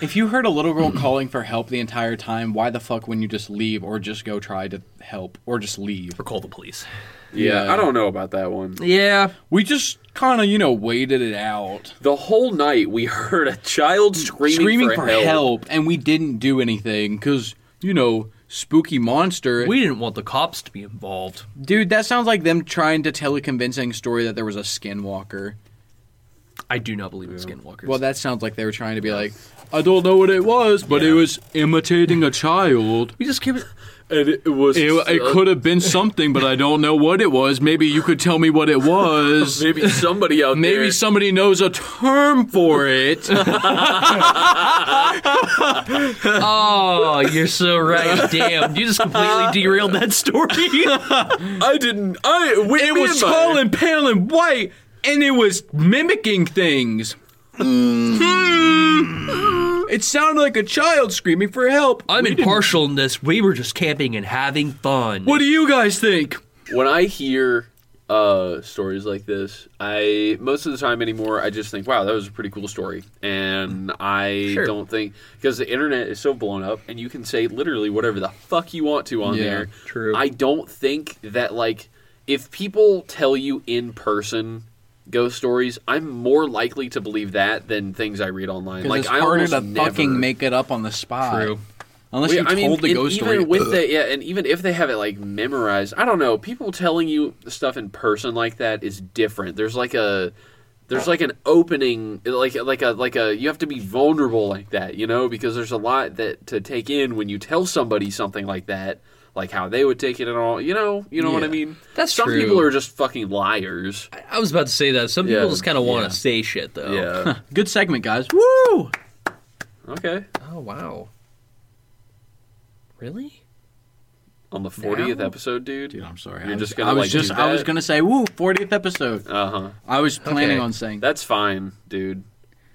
Speaker 3: if you heard a little girl calling for help the entire time. Why the fuck wouldn't you just leave or just go try to help or just leave?
Speaker 2: Or call the police.
Speaker 1: Yeah,
Speaker 3: Yeah.
Speaker 1: I don't know about that one.
Speaker 2: Yeah.
Speaker 3: We just kind of you know waited it out,
Speaker 1: The whole night we heard a child screaming,
Speaker 3: screaming for, help.
Speaker 1: help.
Speaker 3: and we didn't do anything because you know spooky monster.
Speaker 2: We didn't want the cops to be involved.
Speaker 3: Dude, that sounds like them trying to tell a convincing story that there was a skinwalker.
Speaker 2: I do not believe in skinwalkers.
Speaker 3: Well, that sounds like they were trying to be like, I don't know what it was, but it was imitating a child.
Speaker 2: we just kept
Speaker 1: and it was
Speaker 4: It, it could have been something, but I don't know what it was. Maybe you could tell me what it was.
Speaker 1: maybe somebody out there.
Speaker 4: Maybe somebody knows a term for it.
Speaker 2: Oh, you're so right. Damn, you just completely derailed that story.
Speaker 1: I didn't. I we,
Speaker 4: It was tall and pale and white, and it was mimicking things. Hmm. It sounded like a child screaming for help.
Speaker 2: I'm
Speaker 4: We didn't-
Speaker 2: impartial in this. We were just camping and having fun.
Speaker 4: What do you guys think?
Speaker 1: When I hear uh, stories like this, I most of the time anymore, I just think, "Wow, that was a pretty cool story," and I
Speaker 2: Sure.
Speaker 1: don't think because the internet is so blown up, and you can say literally whatever the fuck you want to on
Speaker 4: Yeah,
Speaker 1: there.
Speaker 2: true.
Speaker 1: I don't think that like if people tell you in person ghost stories, I'm more likely to believe that than things I read online. Like
Speaker 3: it's
Speaker 1: I
Speaker 3: harder
Speaker 1: almost
Speaker 3: to
Speaker 1: never...
Speaker 3: fucking make it up on the spot.
Speaker 2: True.
Speaker 3: Unless
Speaker 1: Well,
Speaker 3: you
Speaker 1: yeah,
Speaker 3: told the
Speaker 1: and
Speaker 3: ghost
Speaker 1: even
Speaker 3: story.
Speaker 1: with the, yeah, and even if they have it like memorized, I don't know. People telling you stuff in person like that is different. There's like a there's like an opening, like like a like a you have to be vulnerable like that, you know, because there's a lot that to take in when you tell somebody something like that, like how they would take it and all, you know, you know what I
Speaker 3: Yeah.
Speaker 1: mean.
Speaker 2: That's
Speaker 1: some
Speaker 2: true.
Speaker 1: people are just fucking liars.
Speaker 2: I- I was about to say that. Some people
Speaker 1: Yeah,
Speaker 2: just kind of want to
Speaker 3: yeah.
Speaker 2: say shit, though.
Speaker 1: Yeah.
Speaker 3: Good segment, guys. Woo!
Speaker 1: okay.
Speaker 2: Oh wow. Really?
Speaker 1: On the 40th episode, dude.
Speaker 3: Dude, I'm sorry.
Speaker 1: You're
Speaker 3: I was,
Speaker 1: just gonna,
Speaker 3: I was
Speaker 1: like,
Speaker 3: just
Speaker 1: do
Speaker 3: I was
Speaker 1: that?
Speaker 3: gonna say, woo, 40th episode.
Speaker 1: Uh huh.
Speaker 3: I was planning
Speaker 2: Okay.
Speaker 3: on saying
Speaker 1: That's fine, dude.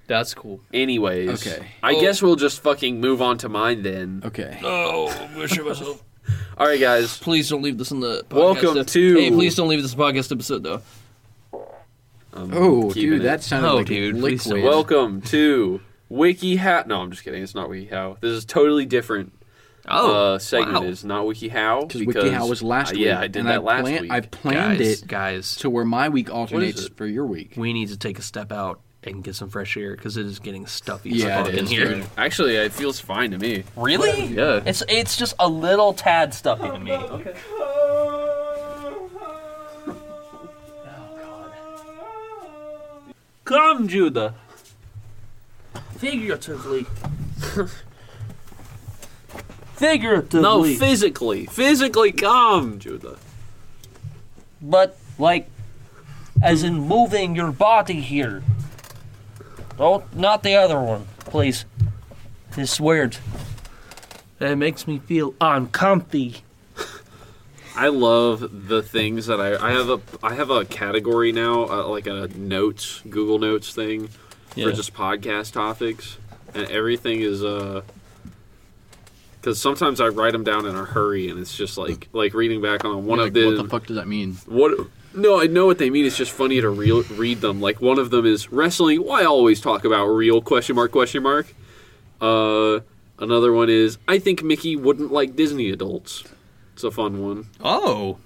Speaker 2: That's cool.
Speaker 1: Anyways,
Speaker 3: Okay.
Speaker 1: I
Speaker 2: Oh.
Speaker 1: guess we'll just fucking move on to mine then.
Speaker 3: Okay.
Speaker 2: Oh, I'm gonna shit myself.
Speaker 1: All right, guys.
Speaker 2: Please don't leave this in the podcast.
Speaker 1: Welcome
Speaker 2: ep-
Speaker 1: to-
Speaker 2: Hey, please don't leave this podcast episode though.
Speaker 1: I'm
Speaker 3: Oh,
Speaker 1: keeping
Speaker 3: dude,
Speaker 1: it.
Speaker 3: that sounded
Speaker 2: Oh,
Speaker 3: like
Speaker 2: dude, please
Speaker 3: liquid.
Speaker 2: don't. Well-
Speaker 1: Welcome to WikiHow. No, I'm just kidding. It's not WikiHow. This is totally different.
Speaker 2: Oh,
Speaker 1: uh, segment
Speaker 2: wow.
Speaker 1: is not WikiHow
Speaker 3: because WikiHow was last
Speaker 1: uh,
Speaker 3: week.
Speaker 1: Yeah, I did
Speaker 3: and
Speaker 1: that
Speaker 3: I
Speaker 1: last
Speaker 3: plan-
Speaker 1: week.
Speaker 3: I planned
Speaker 2: guys,
Speaker 3: it
Speaker 2: guys,
Speaker 3: to where my week alternates
Speaker 1: it?
Speaker 3: for your week.
Speaker 2: we need to take a step out and get some fresh air because it is getting stuffy
Speaker 3: Yeah,
Speaker 2: as
Speaker 3: it
Speaker 2: fuck in
Speaker 3: is,
Speaker 2: here.
Speaker 3: dude.
Speaker 1: Actually, it feels fine to me.
Speaker 2: Really?
Speaker 1: Yeah.
Speaker 2: It's it's just a little tad stuffy to me. Okay. Come, Judah.
Speaker 5: Figuratively. Figuratively.
Speaker 1: No, physically, physically come, Judah.
Speaker 5: but like as in moving your body here. Don't not the other one, please. It's weird. It makes me feel uncomfy.
Speaker 1: I love the things that I I have a I have a category now uh, like a notes Google Notes thing for just podcast topics and everything is uh because sometimes I write them down in a hurry and it's just like like reading back on one
Speaker 3: You're
Speaker 1: of
Speaker 3: like,
Speaker 1: the
Speaker 3: what the fuck does that mean?
Speaker 1: what no I know what they mean it's just funny to re- read them like one of them is wrestling why always talk about real question mark question mark uh another one is I think Mickey wouldn't like Disney adults it's a fun one.
Speaker 2: Oh,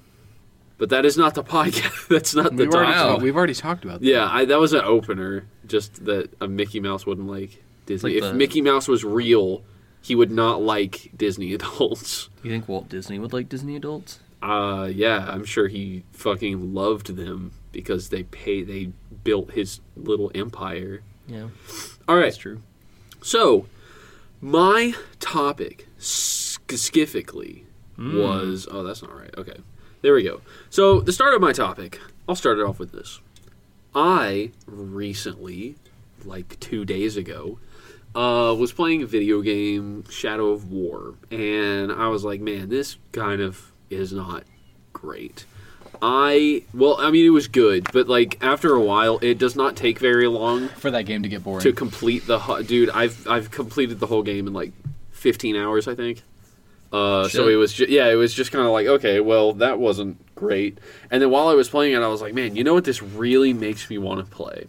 Speaker 1: But that is not the podcast. That's not the
Speaker 3: We've already,
Speaker 1: topic.
Speaker 3: talked- we've already talked about that.
Speaker 1: Yeah, I, that was an opener. Just that a Mickey Mouse wouldn't like Disney.
Speaker 2: Like
Speaker 1: if
Speaker 2: the-
Speaker 1: Mickey Mouse was real, he would not like Disney adults.
Speaker 2: you think Walt Disney would like Disney adults?
Speaker 1: Uh, yeah, I'm sure he fucking loved them because they pay. They built his little empire.
Speaker 2: Yeah,
Speaker 1: All right,
Speaker 2: that's true.
Speaker 1: so my topic specifically was. Oh, that's not right. Okay, there we go. So the start of my topic. I'll start it off with this. I recently, like two days ago, uh, was playing a video game, Shadow of War, and I was like, man, this kind of is not great. I, well, I mean, it was good, but like after a while, it does not take very long
Speaker 3: For that game to get boring.
Speaker 1: to complete the hu- dude i've i've completed the whole game in like 15 hours i think uh, so
Speaker 2: Shit.
Speaker 1: it was ju- yeah it was just kind of like okay well that wasn't great and then while i was playing it i was like man you know what this really makes me want to play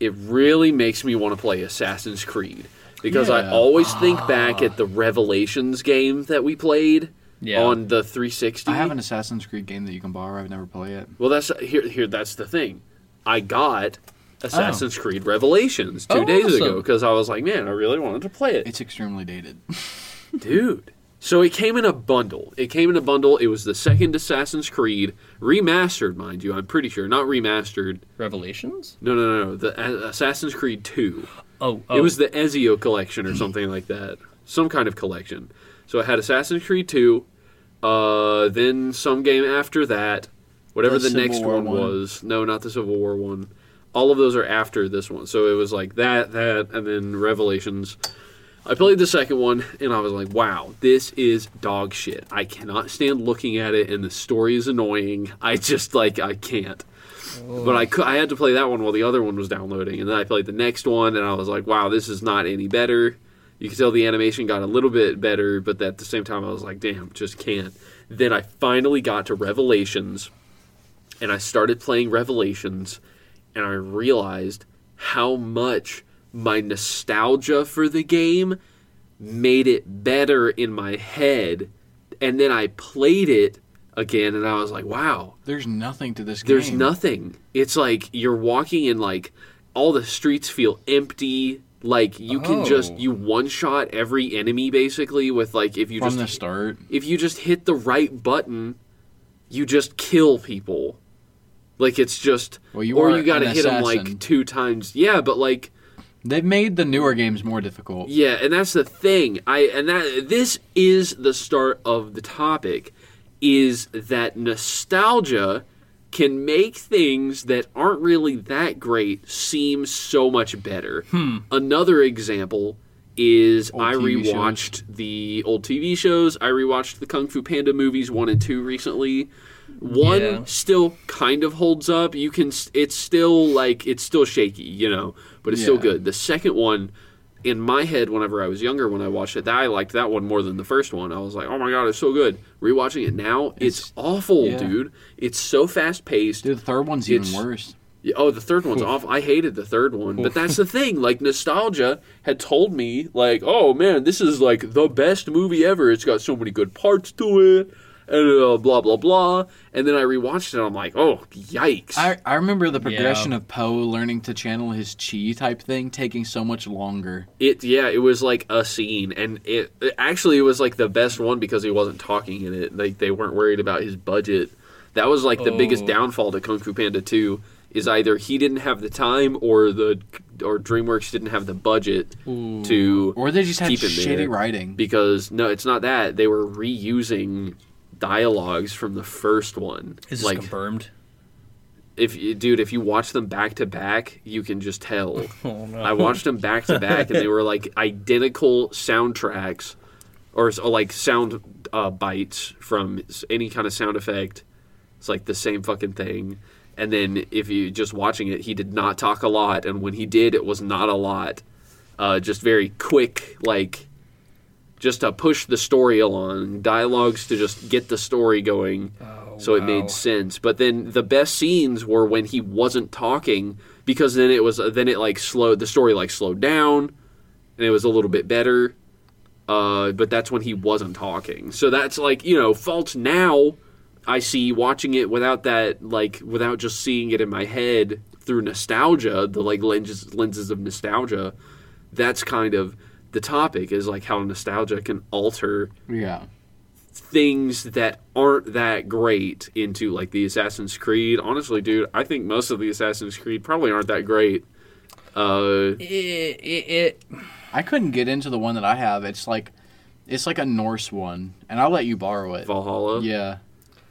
Speaker 1: it really makes me want to play assassin's creed because i
Speaker 3: Yeah. Ah.
Speaker 1: always think back at the revelations game that we played
Speaker 2: Yeah.
Speaker 1: on the 360
Speaker 3: I have an Assassin's Creed game that you can borrow. I've never played it.
Speaker 1: well, that's here. Here, that's the thing. I got Assassin's Creed Revelations two
Speaker 2: Oh,
Speaker 1: days ago
Speaker 2: awesome.
Speaker 1: because I was like, man, I really wanted to play it,
Speaker 3: It's extremely dated.
Speaker 1: dude. So it came in a bundle. It came in a bundle. It was the second Assassin's Creed remastered, mind you. I'm pretty sure not remastered.
Speaker 2: Revelations?
Speaker 1: No, no, no, no. The A- Assassin's Creed two.
Speaker 2: Oh,
Speaker 1: It was the Ezio collection or something like that. Some kind of collection. So it had Assassin's Creed 2, Uh, then some game after that, whatever
Speaker 3: The
Speaker 1: the,
Speaker 3: Civil
Speaker 1: next
Speaker 3: War
Speaker 1: one,
Speaker 3: one.
Speaker 1: was. No, not the Civil War one. All of those are after this one. So it was like that, that, and then Revelations. I played the second one and I was like, wow, this is dog shit. I cannot stand looking at it and the story is annoying. I just like I can't. But I, cou- I had to play that one while the other one was downloading, and then I played the next one, and I was like, "Wow, this is not any better." You could tell the animation got a little bit better, but at the same time, I was like, "Damn, just can't." Then I finally got to Revelations, and I started playing Revelations, and I realized how much my nostalgia for the game made it better in my head, and then I played it again, and I was like, "Wow."
Speaker 3: There's nothing to this game.
Speaker 1: There's nothing. It's like you're walking in like all the streets feel empty. Like you can just
Speaker 3: Oh.
Speaker 1: you one shot every enemy basically with like if you
Speaker 3: from
Speaker 1: just
Speaker 3: the start.
Speaker 1: if you just hit the right button, you just kill people. Like it's just
Speaker 3: Well, you
Speaker 1: or
Speaker 3: are
Speaker 1: you got to
Speaker 3: an
Speaker 1: hit them
Speaker 3: assassin.
Speaker 1: like two times. Yeah, but like
Speaker 3: They've made the newer games more difficult.
Speaker 1: yeah, and that's the thing. I and that this is the start of the topic is that nostalgia can make things that aren't really that great seem so much better.
Speaker 3: Hmm.
Speaker 1: Another example is I
Speaker 3: TV shows.
Speaker 1: rewatched the old TV shows. I rewatched the Kung Fu Panda movies 1 and 2 recently. One
Speaker 5: Yeah.
Speaker 1: still kind of holds up. You can s- it's still like it's still shaky, you know, but it's still
Speaker 3: Yeah.
Speaker 1: good. The second one in my head whenever I was younger when I watched it, that I liked that one more than the first one. I was like, "Oh my god, it's so good." Rewatching it now, it's,
Speaker 3: It's-
Speaker 1: awful,
Speaker 3: yeah.
Speaker 1: dude. It's so fast-paced.
Speaker 3: Dude, the third one's
Speaker 1: It's-
Speaker 3: even worse.
Speaker 1: Yeah, Oh, the third one's off. I hated the third one, but that's the thing. Like nostalgia had told me, like, oh man, this is like the best movie ever. It's got so many good parts to it, and uh, blah blah blah. And then I rewatched it. and I'm like, oh yikes!
Speaker 3: I, I remember the progression of Poe learning to channel his chi type thing taking so much longer.
Speaker 1: it yeah, it was like a scene, and it, it actually it was like the best one because he wasn't talking in it. Like they weren't worried about his budget. That was like the biggest
Speaker 5: Oh.
Speaker 1: downfall to Kung Fu Panda Two is either he didn't have the time or the or DreamWorks didn't have the budget to
Speaker 3: Or they just had
Speaker 1: Keep it
Speaker 3: shitty
Speaker 1: there.
Speaker 3: writing.
Speaker 1: because no, it's not that they were reusing dialogues from the first one.
Speaker 5: Is this
Speaker 1: like
Speaker 5: confirmed?
Speaker 1: if you, dude, if you watch them back to back, you can just tell.
Speaker 5: Oh no.
Speaker 1: I watched them back to back, and they were like identical soundtracks, or, s- or like sound uh, bites from s- any kind of sound effect. It's like the same fucking thing. And then if you just watching it, he did not talk a lot, and when he did, it was not a lot. Uh, just very quick, like just to push the story along, dialogues to just get the story going
Speaker 5: Oh,
Speaker 1: so it
Speaker 5: wow.
Speaker 1: made sense. But then the best scenes were when he wasn't talking because then it was then it like slowed the story like slowed down and it was a little bit better. Uh, but that's when he wasn't talking. So that's like you know faults now. I see watching it without that like without just seeing it in my head through nostalgia, the like lenses lenses of nostalgia. That's kind of the topic is like how nostalgia can alter
Speaker 3: Yeah.
Speaker 1: things that aren't that great into like the Assassin's Creed. Honestly, dude, I think most of the Assassin's Creed probably aren't that great. Uh,
Speaker 5: It, it, it,
Speaker 3: I couldn't get into the one that I have. It's like it's like a Norse one, and I'll let you borrow it.
Speaker 1: Valhalla.
Speaker 3: Yeah.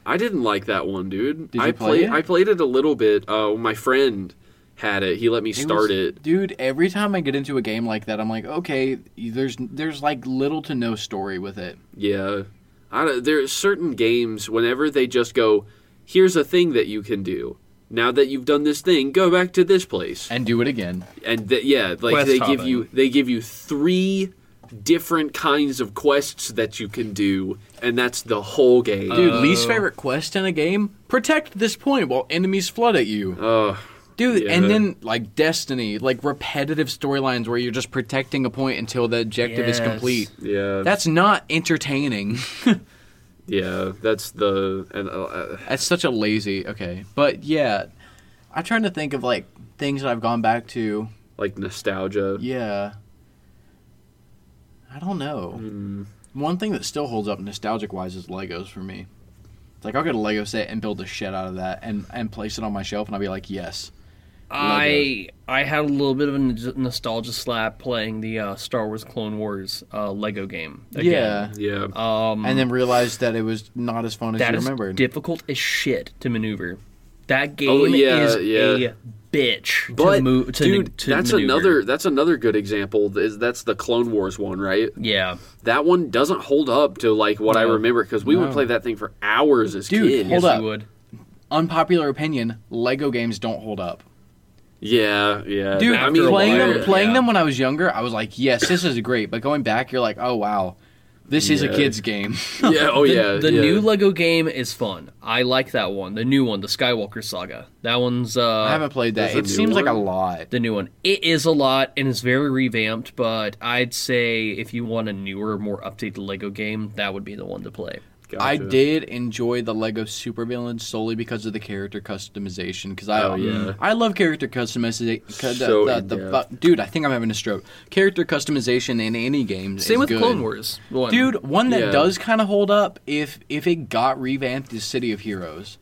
Speaker 1: I didn't like that one, dude.
Speaker 3: Did
Speaker 1: I
Speaker 3: you play
Speaker 1: played.
Speaker 3: it?
Speaker 1: I played it a little bit. Uh, my friend had it. He let me start
Speaker 3: was-
Speaker 1: it.
Speaker 3: Dude, every time I get into a game like that, I'm like, okay, there's there's like little to no story with it.
Speaker 1: Yeah. I don't, there are certain games whenever they just go, here's a thing that you can do. Now that you've done this thing, go back to this place.
Speaker 3: And do it again.
Speaker 1: and th- yeah, like
Speaker 5: Quest
Speaker 1: they give
Speaker 5: hopping.
Speaker 1: you they give you three different kinds of quests that you can do, and that's the whole game. Uh,
Speaker 3: Dude, least favorite quest in a game? Protect this point while enemies flood at you.
Speaker 1: Ugh.
Speaker 3: Dude,
Speaker 1: Uh, Yeah.
Speaker 3: and then like Destiny, like repetitive storylines where you're just protecting a point until the objective is
Speaker 5: Yes.
Speaker 3: complete.
Speaker 1: yeah,
Speaker 3: That's not entertaining.
Speaker 1: yeah, that's the and uh, uh,
Speaker 3: That's such a lazy. Okay, but yeah, I'm trying to think of like things that I've gone back to.
Speaker 1: like nostalgia.
Speaker 3: Yeah, I don't know.
Speaker 2: Hmm.
Speaker 3: One thing that still holds up nostalgic wise is Legos for me. It's like I'll get a Lego set and build the shit out of that and and place it on my shelf, and I'll be like, yes.
Speaker 6: good.
Speaker 2: I I had a little bit of a n- nostalgia slap playing the uh, Star Wars Clone Wars uh, Lego game. Again.
Speaker 3: Yeah.
Speaker 1: Yeah.
Speaker 2: Um,
Speaker 3: And then realized that it was not as fun as
Speaker 2: that
Speaker 3: you
Speaker 2: is
Speaker 3: remembered.
Speaker 2: difficult as shit to maneuver. That game
Speaker 1: Oh, yeah,
Speaker 2: is
Speaker 1: yeah.
Speaker 2: a bitch
Speaker 1: but
Speaker 2: to move. To,
Speaker 1: dude,
Speaker 2: to
Speaker 1: that's
Speaker 2: maneuver.
Speaker 1: another that's another good example. th- Is that's the Clone Wars one, right?
Speaker 2: Yeah,
Speaker 1: That one doesn't hold up to like what I remember because we would play that thing for hours as
Speaker 3: Dude,
Speaker 1: kids.
Speaker 3: hold
Speaker 2: yes,
Speaker 3: up.
Speaker 2: you would.
Speaker 3: Unpopular opinion: Lego games don't hold up.
Speaker 1: Yeah, yeah.
Speaker 3: Dude,
Speaker 1: I mean,
Speaker 3: playing them
Speaker 1: yeah.
Speaker 3: playing
Speaker 2: yeah.
Speaker 3: them when I was younger, I was like, yes, this is great. But going back, you're like, oh wow, this is a
Speaker 1: Yeah.
Speaker 3: kids game.
Speaker 1: Yeah, oh
Speaker 2: the,
Speaker 1: yeah.
Speaker 2: the
Speaker 1: yeah.
Speaker 2: new Lego game is fun. I like that one. The new one, the Skywalker Saga. That one's. Uh,
Speaker 3: I haven't played that.
Speaker 1: There's a
Speaker 3: It
Speaker 1: new
Speaker 3: seems like a
Speaker 1: one?
Speaker 3: lot.
Speaker 2: the new one. It is a lot and it's very revamped, but I'd say if you want a newer, more updated Lego game, that would be the one to play.
Speaker 1: Gotcha.
Speaker 3: I did enjoy the Lego Supervillain solely because of the character customization. Because I,
Speaker 1: Oh, yeah.
Speaker 3: I love character customization.
Speaker 1: So in-depth.
Speaker 3: dude, I think I'm having a stroke. Character customization in any
Speaker 6: Same
Speaker 3: game. is
Speaker 6: with
Speaker 3: good.
Speaker 6: Clone Wars. One.
Speaker 3: Dude, one that
Speaker 1: Yeah.
Speaker 3: does kind of hold up if if it got revamped is City of Heroes.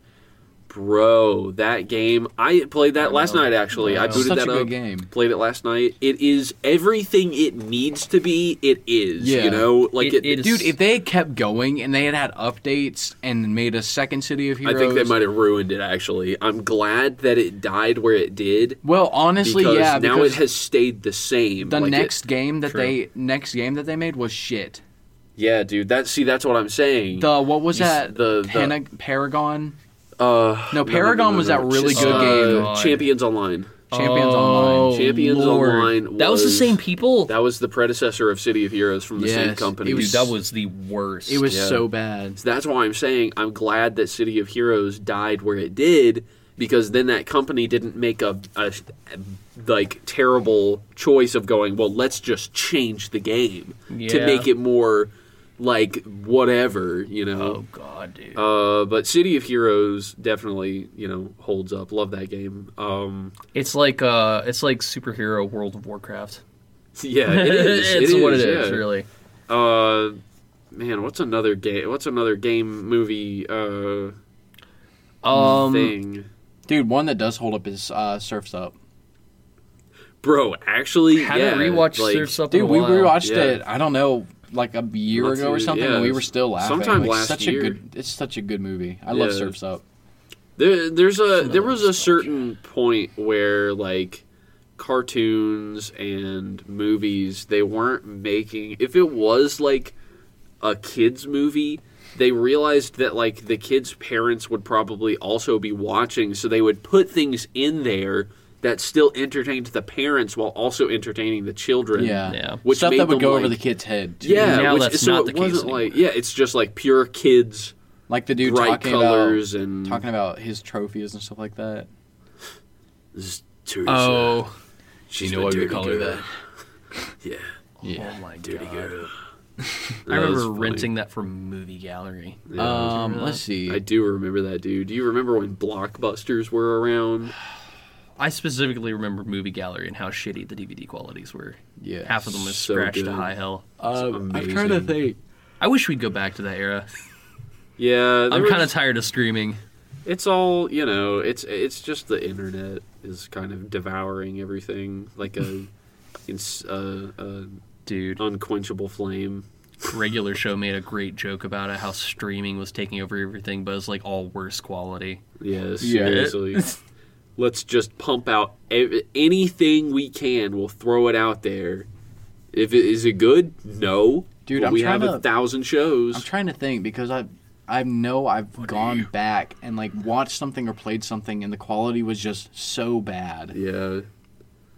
Speaker 1: Bro, that game. I played that last night actually. I
Speaker 3: know.
Speaker 1: booted
Speaker 3: Such
Speaker 1: that
Speaker 3: a good
Speaker 1: up.
Speaker 3: game.
Speaker 1: Played it last night. It is everything it needs to be. It is.
Speaker 3: Yeah.
Speaker 1: You know, like it,
Speaker 2: It- it is-
Speaker 3: Dude, if they had kept going and they had had updates and made a second City of
Speaker 1: I
Speaker 3: Heroes,
Speaker 1: think they might have ruined it actually. I'm glad that it died where it did.
Speaker 3: Well, honestly,
Speaker 1: Because
Speaker 3: yeah,
Speaker 1: now it
Speaker 3: because
Speaker 1: has stayed the same.
Speaker 3: the
Speaker 1: Like, it-
Speaker 3: next game that
Speaker 2: True.
Speaker 3: they next game that they made was shit.
Speaker 1: yeah, dude. That see, that's what I'm saying.
Speaker 3: The what was
Speaker 1: You s-
Speaker 3: that?
Speaker 1: the- the-
Speaker 3: Pena- Paragon.
Speaker 1: uh,
Speaker 3: No, Paragon was that really
Speaker 1: Just,
Speaker 3: good
Speaker 1: uh,
Speaker 3: game.
Speaker 2: God.
Speaker 1: Champions Online.
Speaker 3: Champions
Speaker 2: Oh,
Speaker 3: Online.
Speaker 1: Champions
Speaker 2: Lord.
Speaker 1: Online
Speaker 2: that was the
Speaker 1: was-
Speaker 2: same people.
Speaker 1: That was the predecessor of City of Heroes from the same
Speaker 3: Yes,
Speaker 1: company.
Speaker 3: it
Speaker 2: Dude, that was the worst.
Speaker 3: It was
Speaker 1: Yeah.
Speaker 3: so bad.
Speaker 1: That's why I'm saying I'm glad that City of Heroes died where it did because then that company didn't make a, a like terrible choice of going, well, let's just change the game to
Speaker 2: Yeah.
Speaker 1: make it more like whatever, you
Speaker 2: oh
Speaker 1: know.
Speaker 2: god, dude.
Speaker 1: Uh, but City of Heroes definitely, you know, holds up. Love that game. Um,
Speaker 2: it's like uh, it's like superhero World of Warcraft.
Speaker 1: yeah, it is.
Speaker 2: it's
Speaker 1: it
Speaker 2: what
Speaker 1: is,
Speaker 2: it is,
Speaker 1: yeah.
Speaker 2: really.
Speaker 1: Uh, man, what's another game? What's another game movie uh,
Speaker 2: Um,
Speaker 1: thing?
Speaker 3: Dude, one that does hold up is uh, Surfs Up.
Speaker 1: Bro, actually,
Speaker 2: haven't
Speaker 1: yeah,
Speaker 2: rewatched
Speaker 1: like,
Speaker 2: Surf's Up. in
Speaker 3: Dude,
Speaker 2: a
Speaker 3: we
Speaker 2: while.
Speaker 3: rewatched
Speaker 1: Yeah.
Speaker 3: it. I don't know, like a year
Speaker 1: Let's
Speaker 3: ago or
Speaker 1: see,
Speaker 3: something,
Speaker 1: yeah,
Speaker 3: and we were still laughing.
Speaker 1: sometime
Speaker 3: Like,
Speaker 1: last
Speaker 3: such
Speaker 1: year.
Speaker 3: a good. It's such a good movie. I love
Speaker 1: Yeah.
Speaker 3: Surfs Up.
Speaker 1: There, there's a there was a certain point where like cartoons and movies they weren't making if it was like a kids movie they realized that like the kids parents would probably also be watching so they would put things in there that still entertained the parents while also entertaining the children
Speaker 3: Yeah,
Speaker 2: Yeah.
Speaker 1: Which
Speaker 3: stuff
Speaker 1: made
Speaker 3: that would
Speaker 1: them,
Speaker 3: go over
Speaker 1: like-
Speaker 3: the kid's head. Dude.
Speaker 1: yeah
Speaker 2: Now
Speaker 1: which,
Speaker 2: that's
Speaker 1: so
Speaker 2: not
Speaker 1: it
Speaker 2: the case
Speaker 1: wasn't like yeah it's just like pure kids
Speaker 3: like the dude
Speaker 1: bright
Speaker 3: talking
Speaker 1: colors
Speaker 3: about
Speaker 1: and
Speaker 3: talking about his trophies and stuff like that.
Speaker 1: Teresa.
Speaker 6: Oh,
Speaker 1: She's
Speaker 6: you know why
Speaker 1: the
Speaker 6: we
Speaker 1: dirty
Speaker 6: call her
Speaker 1: girl.
Speaker 6: that.
Speaker 1: Yeah.
Speaker 2: Oh my
Speaker 1: Dirty
Speaker 2: god.
Speaker 1: girl. That
Speaker 2: I
Speaker 1: was
Speaker 2: remember
Speaker 1: funny.
Speaker 2: renting uh, that from Movie Gallery.
Speaker 3: Um, let's see.
Speaker 1: I do remember that, dude. Do you remember when blockbusters were around?
Speaker 2: I specifically remember Movie Gallery and how shitty the DVD qualities were.
Speaker 3: Yeah.
Speaker 2: Half of them was
Speaker 1: So
Speaker 2: scratched
Speaker 1: good.
Speaker 2: to high hell.
Speaker 3: Um,
Speaker 1: I'm trying to
Speaker 3: think.
Speaker 2: I wish we'd go back to that era.
Speaker 1: Yeah, there
Speaker 2: I'm
Speaker 1: was-
Speaker 2: kind of tired of streaming.
Speaker 1: It's all you know. It's it's just the internet is kind of devouring everything like a, ins, uh, uh,
Speaker 2: Dude,
Speaker 1: unquenchable flame.
Speaker 2: regular show made a great joke about it, how streaming was taking over everything, but it was like all worse quality.
Speaker 1: Yes,
Speaker 3: Yeah.
Speaker 1: seriously. Let's just pump out ev- anything we can. We'll throw it out there. If it is it good? No,
Speaker 3: Dude,
Speaker 1: But
Speaker 3: I'm
Speaker 1: we
Speaker 3: trying
Speaker 1: have a
Speaker 3: to-
Speaker 1: thousand shows.
Speaker 3: I'm trying to think because I I know I've gone back and like watched something or played something and the quality was just so bad.
Speaker 1: yeah.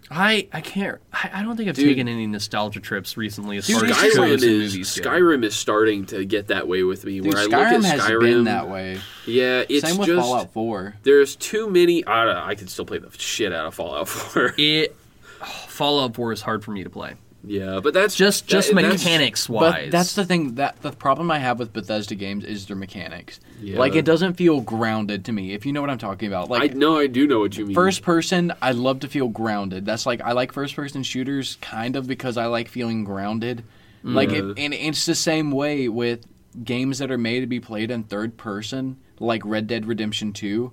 Speaker 2: I, I can't. I, I don't think I've
Speaker 1: Dude.
Speaker 2: taken any nostalgia trips recently as
Speaker 3: Dude,
Speaker 2: far as
Speaker 3: Skyrim
Speaker 2: shows
Speaker 1: Skyrim
Speaker 2: and
Speaker 1: is
Speaker 2: movies. go.
Speaker 1: Skyrim is starting to get that way with me.
Speaker 3: Dude,
Speaker 1: where I
Speaker 3: Skyrim
Speaker 1: look at
Speaker 3: has
Speaker 1: Skyrim,
Speaker 3: been that way.
Speaker 1: yeah, it's
Speaker 3: Same with
Speaker 1: just
Speaker 3: Fallout 4.
Speaker 1: there's too many. I, don't know, I can still play the shit out of Fallout Four.
Speaker 2: It, oh, Fallout 4 is hard for me to play.
Speaker 1: yeah, but that's
Speaker 2: Just just
Speaker 1: that- that's-
Speaker 2: mechanics wise.
Speaker 3: But that's the thing that the problem I have with Bethesda games is their mechanics.
Speaker 1: Yeah.
Speaker 3: Like it doesn't feel grounded to me. If you know what I'm talking about,
Speaker 1: I
Speaker 3: like
Speaker 1: know I do know what you mean.
Speaker 3: first person, I love to feel grounded. That's like I like first person shooters kind of because I like feeling grounded. Like it, and it's the same way with games that are made to be played in third person, like Red Dead Redemption 2.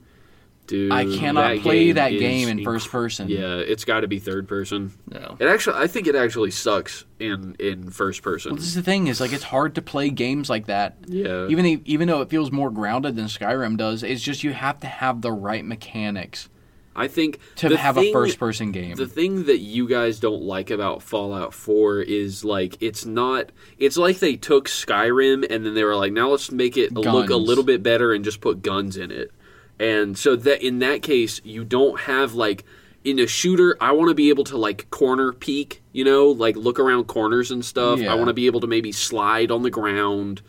Speaker 1: Dude,
Speaker 3: I cannot
Speaker 1: that
Speaker 3: play that
Speaker 1: is
Speaker 3: game in
Speaker 1: inc-
Speaker 3: first person.
Speaker 1: Yeah, it's got to be third person.
Speaker 2: No.
Speaker 1: It actually, I think it actually sucks in in first person.
Speaker 3: Well, this is the thing is like it's hard to play games like that.
Speaker 1: Yeah.
Speaker 3: Even the, even though it feels more grounded than Skyrim does, it's just you have to have the right mechanics
Speaker 1: I think
Speaker 3: to
Speaker 1: the
Speaker 3: have
Speaker 1: thing-
Speaker 3: a first person game.
Speaker 1: The thing that you guys don't like about Fallout 4 is like it's not it's like they took Skyrim and then they were like now let's make it look a
Speaker 3: Guns.
Speaker 1: little bit better and just put guns in it. And so that in that case you don't have like in a shooter I want to be able to like corner peek, you know, like look around corners and stuff.
Speaker 3: Yeah.
Speaker 1: I want to be able to maybe slide on the ground.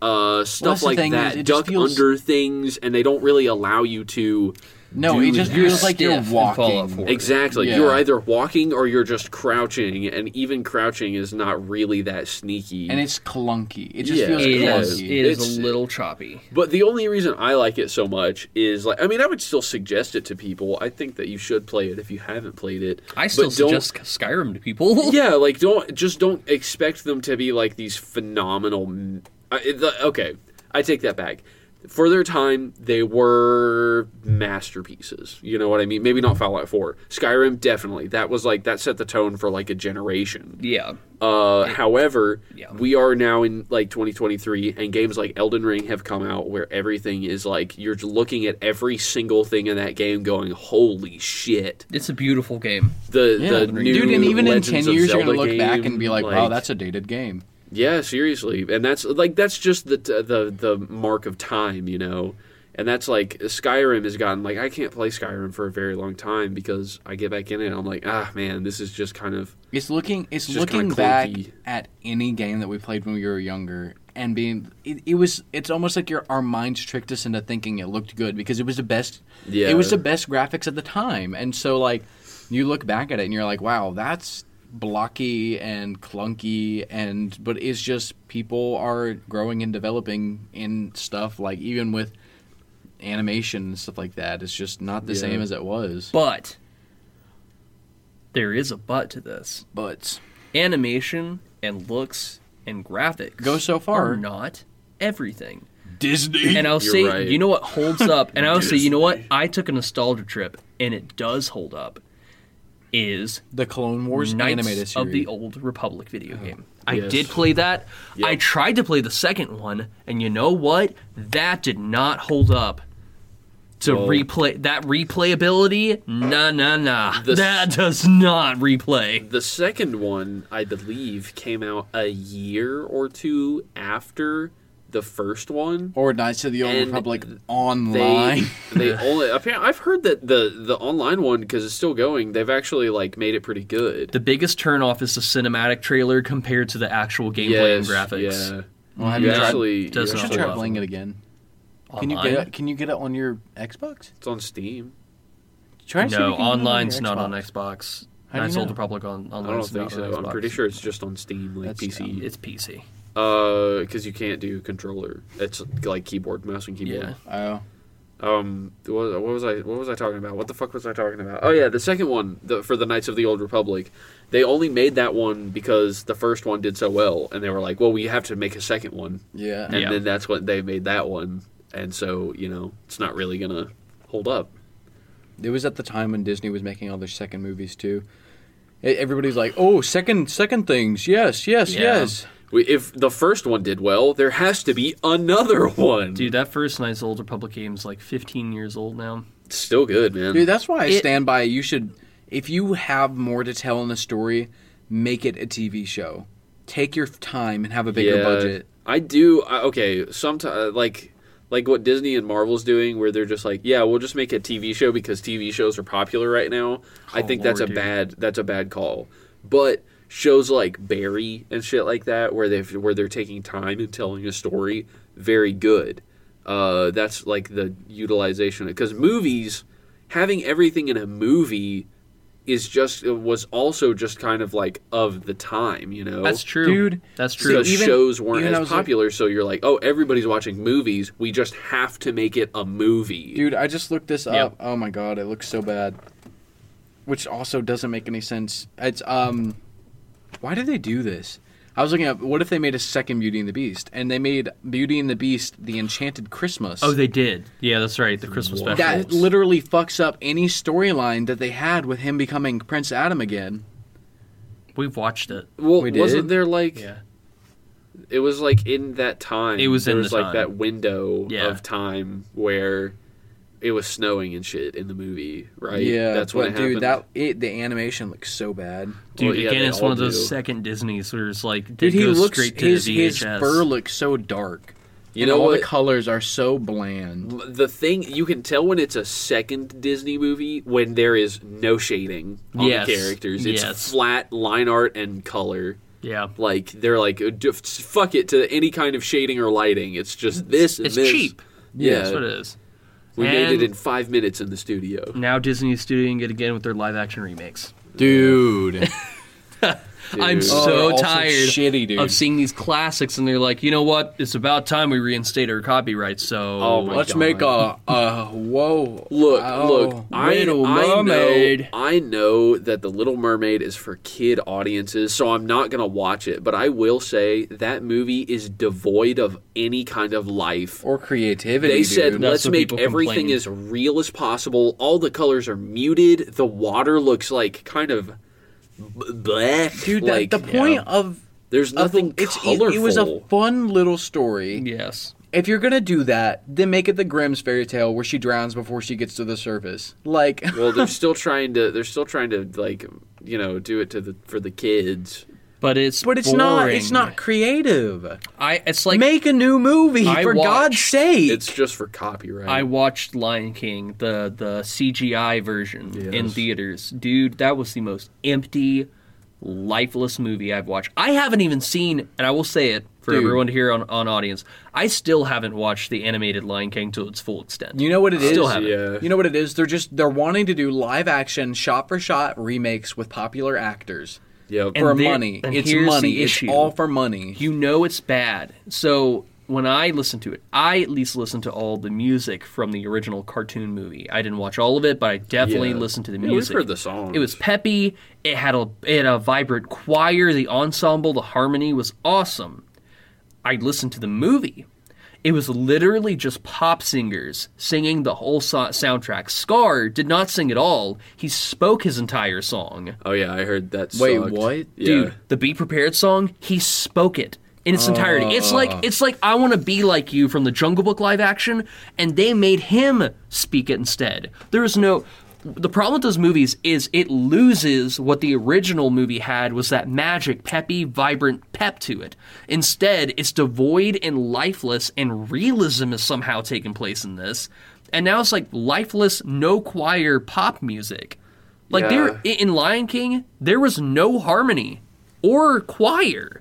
Speaker 1: Uh,
Speaker 3: that's
Speaker 1: stuff
Speaker 3: the
Speaker 1: like
Speaker 3: thing is,
Speaker 1: that,
Speaker 3: it just
Speaker 1: duck
Speaker 3: feels-
Speaker 1: under things, and they don't really allow you to
Speaker 3: no, it just
Speaker 2: You're
Speaker 3: feels like you're
Speaker 2: stiff in Fallout
Speaker 3: walking.
Speaker 2: 4.
Speaker 1: Exactly.
Speaker 3: Yeah.
Speaker 1: You're either walking or you're just crouching, and even crouching is not really that sneaky.
Speaker 3: And it's clunky. It just
Speaker 1: Yeah.
Speaker 3: feels
Speaker 2: It is.
Speaker 3: clunky.
Speaker 2: It is
Speaker 1: It's-
Speaker 2: a little choppy.
Speaker 1: but the only reason I like it so much is like I mean I would still suggest it to people. I think that you should play it if you haven't played it.
Speaker 2: I still
Speaker 1: but don't,
Speaker 2: suggest Skyrim to people.
Speaker 1: Yeah, like don't just don't expect them to be like these phenomenal. m- I, the, okay, I take that back. For their time, they were masterpieces. You know what I mean? Maybe not Fallout Four, Skyrim definitely. That was like that set the tone for like a generation.
Speaker 2: Yeah.
Speaker 1: Uh, however,
Speaker 2: Yeah.
Speaker 1: we are now in like 2023, and games like Elden Ring have come out where everything is like you're looking at every single thing in that game, going, "Holy shit!"
Speaker 2: It's a beautiful game.
Speaker 1: The
Speaker 3: Yeah.
Speaker 1: the new
Speaker 3: Dude, and even in
Speaker 1: Legends
Speaker 3: ten
Speaker 1: of
Speaker 3: years, you're
Speaker 1: Zelda
Speaker 3: gonna look back
Speaker 1: game,
Speaker 3: and be like, "Wow, that's a dated game."
Speaker 1: yeah, seriously." And that's like that's just the the the mark of time, you know. And that's like Skyrim has gotten like I can't play Skyrim for a very long time because I get back in it, and I'm like, ah, man, this is just kind of
Speaker 3: It's looking it's,
Speaker 1: just kinda
Speaker 3: looking back
Speaker 1: clunky.
Speaker 3: at any game that we played when we were younger and being it, it was it's almost like your our minds tricked us into thinking it looked good because it was the best
Speaker 1: Yeah.
Speaker 3: it was the best graphics at the time and so like you look back at it and you're like wow that's blocky and clunky and but it's just people are growing and developing in stuff like even with animation and stuff like that it's just not the
Speaker 1: Yeah.
Speaker 3: same as it was
Speaker 2: But there is a but to this.
Speaker 3: but
Speaker 2: Animation and looks and graphics
Speaker 3: Go so far.
Speaker 2: are not everything.
Speaker 4: Disney.
Speaker 3: uh,
Speaker 2: And I'll
Speaker 1: You're
Speaker 2: say,
Speaker 1: right.
Speaker 2: you know what holds up? And I'll say, you know what? I took a nostalgia trip, and it does hold up. Is
Speaker 3: the clone wars
Speaker 2: Knights
Speaker 3: animated series
Speaker 2: of the Old Republic video game. I
Speaker 1: Oh. Yes.
Speaker 2: did play that. I tried to play the second one, and you know what? That did not hold up. To
Speaker 1: Well-
Speaker 2: replay that replayability, nah, nah, nah.
Speaker 1: The s-
Speaker 2: that does not replay.
Speaker 1: The second one, I believe, came out a year or two after the first one.
Speaker 3: or Knights of the Old
Speaker 1: And
Speaker 3: Republic
Speaker 1: They,
Speaker 3: online.
Speaker 1: they only. Apparently, I've heard that the the online one because it's still going. They've actually like made it pretty good.
Speaker 2: The biggest turnoff is the cinematic trailer compared to the actual gameplay
Speaker 1: Yes,
Speaker 2: and graphics.
Speaker 1: Yeah.
Speaker 3: well, have
Speaker 1: You
Speaker 3: you
Speaker 2: Yeah.
Speaker 3: tried?
Speaker 1: actually.
Speaker 2: Does
Speaker 1: you
Speaker 2: not
Speaker 3: You should
Speaker 1: actually-
Speaker 2: hold
Speaker 3: try
Speaker 2: up.
Speaker 3: playing it again. Can you
Speaker 2: Online?
Speaker 3: get it? Can you get it on your Xbox?
Speaker 1: It's on Steam.
Speaker 3: Try and see if
Speaker 2: No,
Speaker 3: you can get it on your
Speaker 2: online's not on Xbox.
Speaker 3: How do you
Speaker 2: Knights Old
Speaker 3: know?
Speaker 2: Republic on
Speaker 1: I
Speaker 2: online.
Speaker 1: don't think so. I'm pretty sure it's just on Steam, like
Speaker 3: That's
Speaker 1: PC.
Speaker 2: it's PC.
Speaker 1: Uh, because you can't do controller. It's like keyboard, mouse, and keyboard.
Speaker 2: Yeah.
Speaker 3: Oh,
Speaker 1: um what, what was i what was i talking about what the fuck was i talking about oh yeah the second one the, for the knights of the old republic they only made that one because the first one did so well and they were like well we have to make a second one
Speaker 3: yeah.
Speaker 1: and
Speaker 2: Yeah.
Speaker 1: then that's when they made that one and so you know it's not really gonna hold up
Speaker 3: It was at the time when Disney was making all their second movies too. E- Everybody's like, "Oh, second, second things. Yes, yes,
Speaker 2: Yeah.
Speaker 3: yes."
Speaker 1: we, if the first one did well there has to be another one
Speaker 2: Dude, that first Knights of the Old Republic game's like 15 years old now.
Speaker 1: it's still good man
Speaker 3: Dude, that's why I
Speaker 2: It-
Speaker 3: stand by. You should, if you have more to tell in the story, make it a TV show. Take your time and have a bigger budget.
Speaker 1: I do. I, okay, sometimes like like what Disney and Marvel's doing, where they're just like, yeah, we'll just make a TV show because TV shows are popular right now. I
Speaker 2: Oh,
Speaker 1: think that's
Speaker 2: Lord,
Speaker 1: a
Speaker 2: dude.
Speaker 1: bad that's a bad call. But shows like Barry and shit like that, where they where they're taking time and telling a story, very good. Uh, that's like the utilization because movies having everything in a movie is just was also just kind of like of the time, you know.
Speaker 2: That's true.
Speaker 3: Oh, Dude,
Speaker 2: that's
Speaker 1: So
Speaker 2: true.
Speaker 3: so even-
Speaker 1: shows weren't
Speaker 3: even I
Speaker 1: as
Speaker 3: was like-
Speaker 1: popular, so you're like, oh, everybody's watching movies. We just have to make it a movie.
Speaker 3: Dude, I just looked this up. Oh my god, it looks so bad. Which also doesn't make any sense. It's um why did they do this? I was looking up what if they made a second Beauty and the Beast, and they made Beauty and the Beast the Enchanted Christmas.
Speaker 2: Oh, they did. Yeah, that's right. The Christmas special.
Speaker 3: that literally fucks up any storyline that they had with him becoming Prince Adam again.
Speaker 2: We've watched it.
Speaker 1: Well,
Speaker 3: We
Speaker 1: wasn't
Speaker 3: did?
Speaker 1: there like
Speaker 2: Yeah.
Speaker 1: it was like in that time.
Speaker 2: It was
Speaker 1: there
Speaker 2: in
Speaker 1: was
Speaker 2: the
Speaker 1: like
Speaker 2: time.
Speaker 1: that window
Speaker 2: Yeah.
Speaker 1: of time where it was snowing and shit in the movie, right?
Speaker 3: Yeah,
Speaker 1: that's
Speaker 3: what
Speaker 1: when it
Speaker 3: dude.
Speaker 1: happened.
Speaker 3: That it, the animation looks so bad.
Speaker 2: Dude,
Speaker 1: Well, yeah,
Speaker 2: again,
Speaker 1: they
Speaker 2: it's one
Speaker 1: all
Speaker 2: of those
Speaker 1: do.
Speaker 2: second Disney's where it's like they
Speaker 3: Dude, he
Speaker 2: go
Speaker 3: looks
Speaker 2: straight to
Speaker 3: his
Speaker 2: the
Speaker 3: his
Speaker 2: VHS.
Speaker 3: fur looks so dark.
Speaker 1: You
Speaker 3: and
Speaker 1: know
Speaker 3: all
Speaker 1: what?
Speaker 3: the colors are so bland.
Speaker 1: the thing you can tell when it's a second Disney movie when there is no shading on
Speaker 2: Yes.
Speaker 1: the characters. It's
Speaker 2: Yes.
Speaker 1: flat line art and color.
Speaker 2: yeah,
Speaker 1: Like they're like uh, "D- f- fuck it to any kind of shading or lighting. It's just this and
Speaker 2: it's
Speaker 1: this.
Speaker 2: cheap.
Speaker 1: Yeah,
Speaker 2: That's what it is.
Speaker 1: we made it
Speaker 2: And-
Speaker 1: in five minutes in the studio.
Speaker 2: Now Disney is doing it again with their live action remakes.
Speaker 4: Dude.
Speaker 2: I'm
Speaker 1: Dude.
Speaker 3: Oh, they're
Speaker 2: so
Speaker 3: all so
Speaker 2: tired
Speaker 3: shitty, dude.
Speaker 2: of seeing these classics, and they're like, you know what? It's about time we reinstate our copyright. So
Speaker 1: Oh my-
Speaker 3: Let's make a a whoa.
Speaker 1: Look,
Speaker 3: oh,
Speaker 1: look, I, I
Speaker 3: Little
Speaker 1: know,
Speaker 3: Mermaid.
Speaker 1: I know that The Little Mermaid is for kid audiences, so I'm not going to watch it. But I will say that movie is devoid of any kind of life.
Speaker 3: or creativity.
Speaker 1: They said,
Speaker 3: dude.
Speaker 2: That's
Speaker 1: let's
Speaker 2: what
Speaker 1: make
Speaker 2: people
Speaker 1: everything
Speaker 2: complain.
Speaker 1: as real as possible. All the colors are muted. The water looks like kind of b- black.
Speaker 3: dude.
Speaker 1: like,
Speaker 3: that, the point of
Speaker 1: there's
Speaker 3: of
Speaker 1: nothing
Speaker 3: the, it's,
Speaker 1: colorful.
Speaker 3: It, it was a fun little story.
Speaker 2: yes,
Speaker 3: If you're gonna do that, then make it the Grimm's fairy tale where she drowns before she gets to the surface. Like,
Speaker 1: well, they're still trying to. They're still trying to like, you know, do it to the for the kids.
Speaker 2: but it's
Speaker 3: but it's not. It's
Speaker 2: boring.
Speaker 3: not creative.
Speaker 2: I. It's like
Speaker 3: make a new movie
Speaker 2: I
Speaker 3: for God's
Speaker 2: watched-
Speaker 3: sake.
Speaker 1: It's just for copyright.
Speaker 2: I watched Lion King, the the CGI version in theaters. Dude, that was the most empty, lifeless movie I've watched. I haven't even seen, and I will say it for
Speaker 3: Dude.
Speaker 2: everyone to hear on, on audience, I still haven't watched the animated Lion King to its full extent.
Speaker 3: you know what it is.
Speaker 2: Still haven't.
Speaker 1: Yeah.
Speaker 3: You know what it is. They're just they're wanting to do live action, shot for shot remakes with popular actors
Speaker 1: Yep.
Speaker 2: And
Speaker 3: for
Speaker 2: there-
Speaker 3: money.
Speaker 2: and
Speaker 3: It's
Speaker 2: here's
Speaker 3: money.
Speaker 2: the
Speaker 3: It's
Speaker 2: issue.
Speaker 3: all for money.
Speaker 2: you know it's bad. So when I listen to it, I at least listen to all the music from the original cartoon movie. I didn't watch all of it, but I definitely
Speaker 1: Yeah.
Speaker 2: listened to the
Speaker 1: Yeah, we've
Speaker 2: music.
Speaker 1: heard the songs.
Speaker 2: It was peppy. It had a it had a vibrant choir. The ensemble, the harmony was awesome. I listened to the movie. It was literally just pop singers singing the whole so- soundtrack. Scar did not sing at all. He spoke his entire song.
Speaker 1: oh yeah, I heard that.
Speaker 3: Wait,
Speaker 1: sucked.
Speaker 3: what?
Speaker 1: Yeah.
Speaker 2: Dude, the Be Prepared song, he spoke it in its entirety. It's like it's like I want to be like you from the Jungle Book live action and they made him speak it instead. There is no the problem with those movies is it loses what the original movie had was that magic, peppy, vibrant pep to it. Instead, it's devoid and lifeless and realism is somehow taking place in this. And now it's like lifeless, no choir pop music.
Speaker 1: Yeah.
Speaker 2: Like there i- in Lion King, there was no harmony or choir.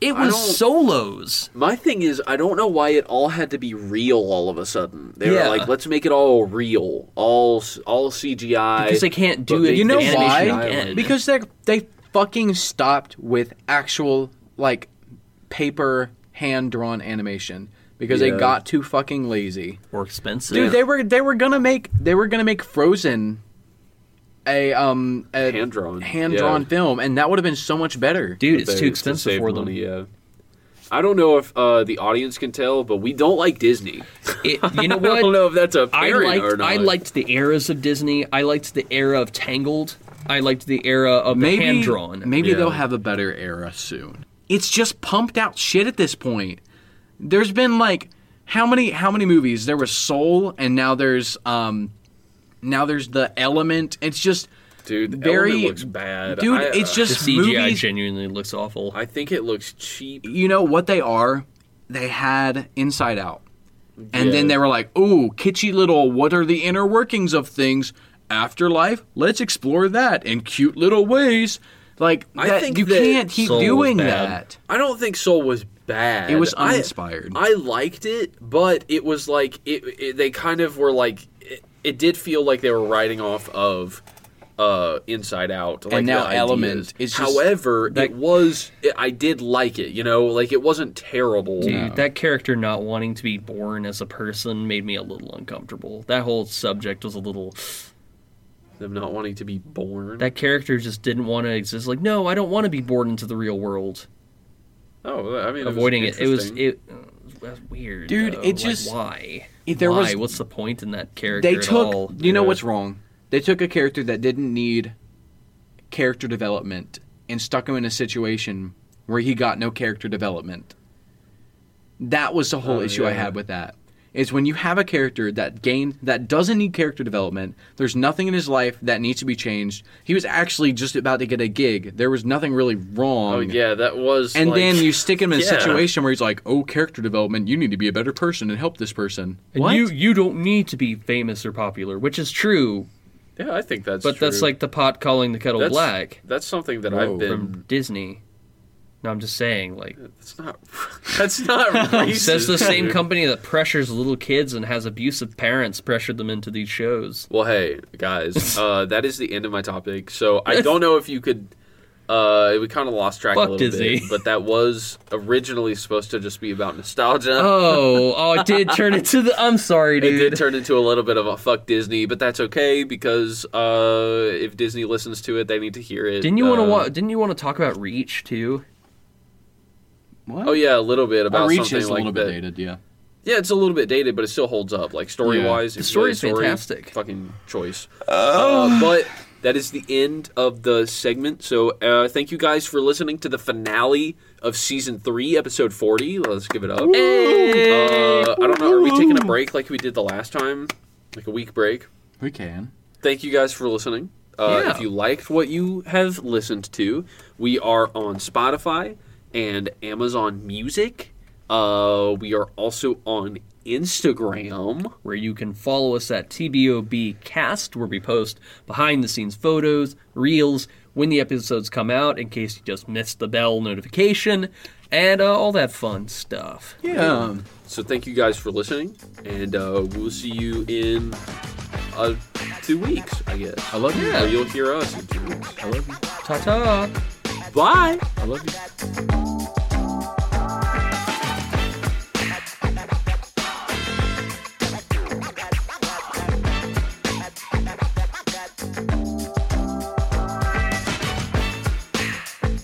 Speaker 2: It was
Speaker 1: don't-
Speaker 2: solos.
Speaker 1: My thing is, I don't know why it all had to be real all of a sudden. They
Speaker 2: Yeah.
Speaker 1: were like, let's make it all real, all s- all CGI.
Speaker 2: Because they can't do
Speaker 1: But
Speaker 2: it.
Speaker 1: they-
Speaker 3: You know
Speaker 2: the animation
Speaker 3: why?
Speaker 2: Again.
Speaker 3: Because they they fucking stopped with actual like paper hand drawn animation because
Speaker 1: Yeah.
Speaker 3: they got too fucking lazy.
Speaker 2: or expensive.
Speaker 3: Dude, they were they were gonna make they were gonna make Frozen a um a
Speaker 1: Hand-drawn,
Speaker 3: hand drawn
Speaker 1: yeah.
Speaker 3: film, and that would have been so much better.
Speaker 2: Dude,
Speaker 1: They-
Speaker 2: it's
Speaker 1: to
Speaker 2: too expensive
Speaker 1: save
Speaker 2: for them.
Speaker 1: money, yeah. I don't know if uh, the audience can tell, but we don't like Disney.
Speaker 2: It- you know what?
Speaker 1: I don't know if that's a
Speaker 2: I
Speaker 1: parent
Speaker 2: liked
Speaker 1: or not.
Speaker 2: I liked the eras of Disney. I liked the era of Tangled. I liked the era of
Speaker 3: Maybe
Speaker 2: the hand drawn.
Speaker 3: Maybe
Speaker 1: Yeah.
Speaker 3: they'll have a better era soon. It's just pumped out shit at this point. There's been like how many how many movies? There was Soul, and now there's um now there's the Element. It's just
Speaker 1: dude. the
Speaker 3: very-
Speaker 1: Element looks bad,
Speaker 3: dude.
Speaker 1: I,
Speaker 3: it's
Speaker 1: uh,
Speaker 2: The
Speaker 3: just
Speaker 2: CGI
Speaker 3: movies.
Speaker 2: genuinely looks awful.
Speaker 1: I think it looks cheap.
Speaker 3: You know what they are? They had Inside Out, and
Speaker 1: Yeah.
Speaker 3: then they were like, "Ooh, kitschy little. What are the inner workings of things? Afterlife. Let's explore that in cute little ways." Like
Speaker 1: I
Speaker 3: that-
Speaker 1: think
Speaker 3: you
Speaker 1: that
Speaker 3: can't keep
Speaker 2: Soul was
Speaker 3: doing
Speaker 2: bad.
Speaker 3: that.
Speaker 1: I don't think Soul was bad.
Speaker 3: It was
Speaker 1: I-
Speaker 3: uninspired.
Speaker 1: I, liked it, but it was like it, it. They kind of were like it, it did feel like they were riding off of uh Inside Out. Like
Speaker 3: now
Speaker 1: the ideas.
Speaker 3: Element is just-
Speaker 1: However,
Speaker 3: that-
Speaker 1: it was. It, I did like it. You know, like it wasn't terrible.
Speaker 2: Dude, that character not wanting to be born as a person made me a little uncomfortable. That whole subject was a little.
Speaker 1: Them not wanting to be born.
Speaker 2: That character just didn't want to exist. Like, no, I don't want to be born into the real world.
Speaker 1: Oh, I mean,
Speaker 2: avoiding it. It was
Speaker 1: interesting.
Speaker 2: it. uh, That's weird,
Speaker 3: Dude,
Speaker 2: though.
Speaker 3: it
Speaker 2: Like,
Speaker 3: just-
Speaker 2: why?
Speaker 3: If there
Speaker 2: why?
Speaker 3: was-
Speaker 2: What's the point in that character?
Speaker 3: They
Speaker 2: at
Speaker 3: took.
Speaker 2: all?
Speaker 3: You know
Speaker 1: Yeah.
Speaker 3: what's wrong? They took a character that didn't need character development and stuck him in a situation where he got no character development. That was the whole
Speaker 1: Oh,
Speaker 3: issue I
Speaker 1: yeah.
Speaker 3: had with that. Is when you have a character that gained that doesn't need character development. There's nothing in his life that needs to be changed. He was actually just about to get a gig. There was nothing really wrong.
Speaker 1: Oh yeah, that was.
Speaker 3: And
Speaker 1: like-
Speaker 3: then you stick him in a
Speaker 1: Yeah.
Speaker 3: situation where he's like, "Oh, character development. You need to be a better person and help this person."
Speaker 2: And
Speaker 3: What?
Speaker 2: you you don't need to be famous or popular, which is true,
Speaker 1: Yeah, I think that's.
Speaker 2: but that's
Speaker 1: true.
Speaker 2: like the pot calling the kettle
Speaker 1: That's-
Speaker 2: black
Speaker 1: That's something that
Speaker 3: Whoa.
Speaker 1: I've
Speaker 2: from
Speaker 1: been.
Speaker 2: Disney. No, I'm just saying, like
Speaker 1: That's not. That's not racist.
Speaker 2: says the same
Speaker 1: dude.
Speaker 2: company that pressures little kids and has abusive parents pressure them into these shows.
Speaker 1: Well, hey guys, uh, that is the end of my topic. So I don't know if you could. Uh, we kind of lost track
Speaker 2: Fuck
Speaker 1: a little
Speaker 2: Disney.
Speaker 1: bit, but that was originally supposed to just be about nostalgia.
Speaker 2: Oh, oh, it did turn into the. I'm sorry,
Speaker 1: It
Speaker 2: dude.
Speaker 1: did turn into a little bit of a fuck Disney, but that's okay because uh, if Disney listens to it, they need to hear it.
Speaker 2: didn't you
Speaker 1: uh,
Speaker 2: want to wa- Didn't you want to talk about Reach too?
Speaker 3: What?
Speaker 1: Oh yeah, a little bit about
Speaker 3: Our reach
Speaker 1: something
Speaker 3: is a
Speaker 1: like
Speaker 3: little bit
Speaker 1: that.
Speaker 3: dated, yeah.
Speaker 1: Yeah, it's a little bit dated, but it still holds up. Like story wise,
Speaker 2: The story's fantastic.
Speaker 1: Fucking choice. Uh, but that is the end of the segment. So uh, thank you guys for listening to the finale of season three, episode forty. Let's give it up. Uh, I don't know. Are we taking a break like we did the last time, like a week break?
Speaker 3: We can.
Speaker 1: thank you guys for listening. Uh,
Speaker 2: Yeah.
Speaker 1: If you liked what you have listened to, we are on Spotify and Amazon Music. Uh, we are also on Instagram.
Speaker 2: where you can follow us at TBOB Cast, where we post behind the scenes photos, reels, when the episodes come out, in case you just missed the bell notification, and uh, all that fun stuff.
Speaker 3: Yeah.
Speaker 1: So thank you guys for listening, and uh, we'll see you in uh, two weeks, I guess.
Speaker 3: I love you.
Speaker 1: Or you'll hear us in two weeks.
Speaker 2: Ta ta!
Speaker 1: Bye.
Speaker 3: I love you.
Speaker 7: Thank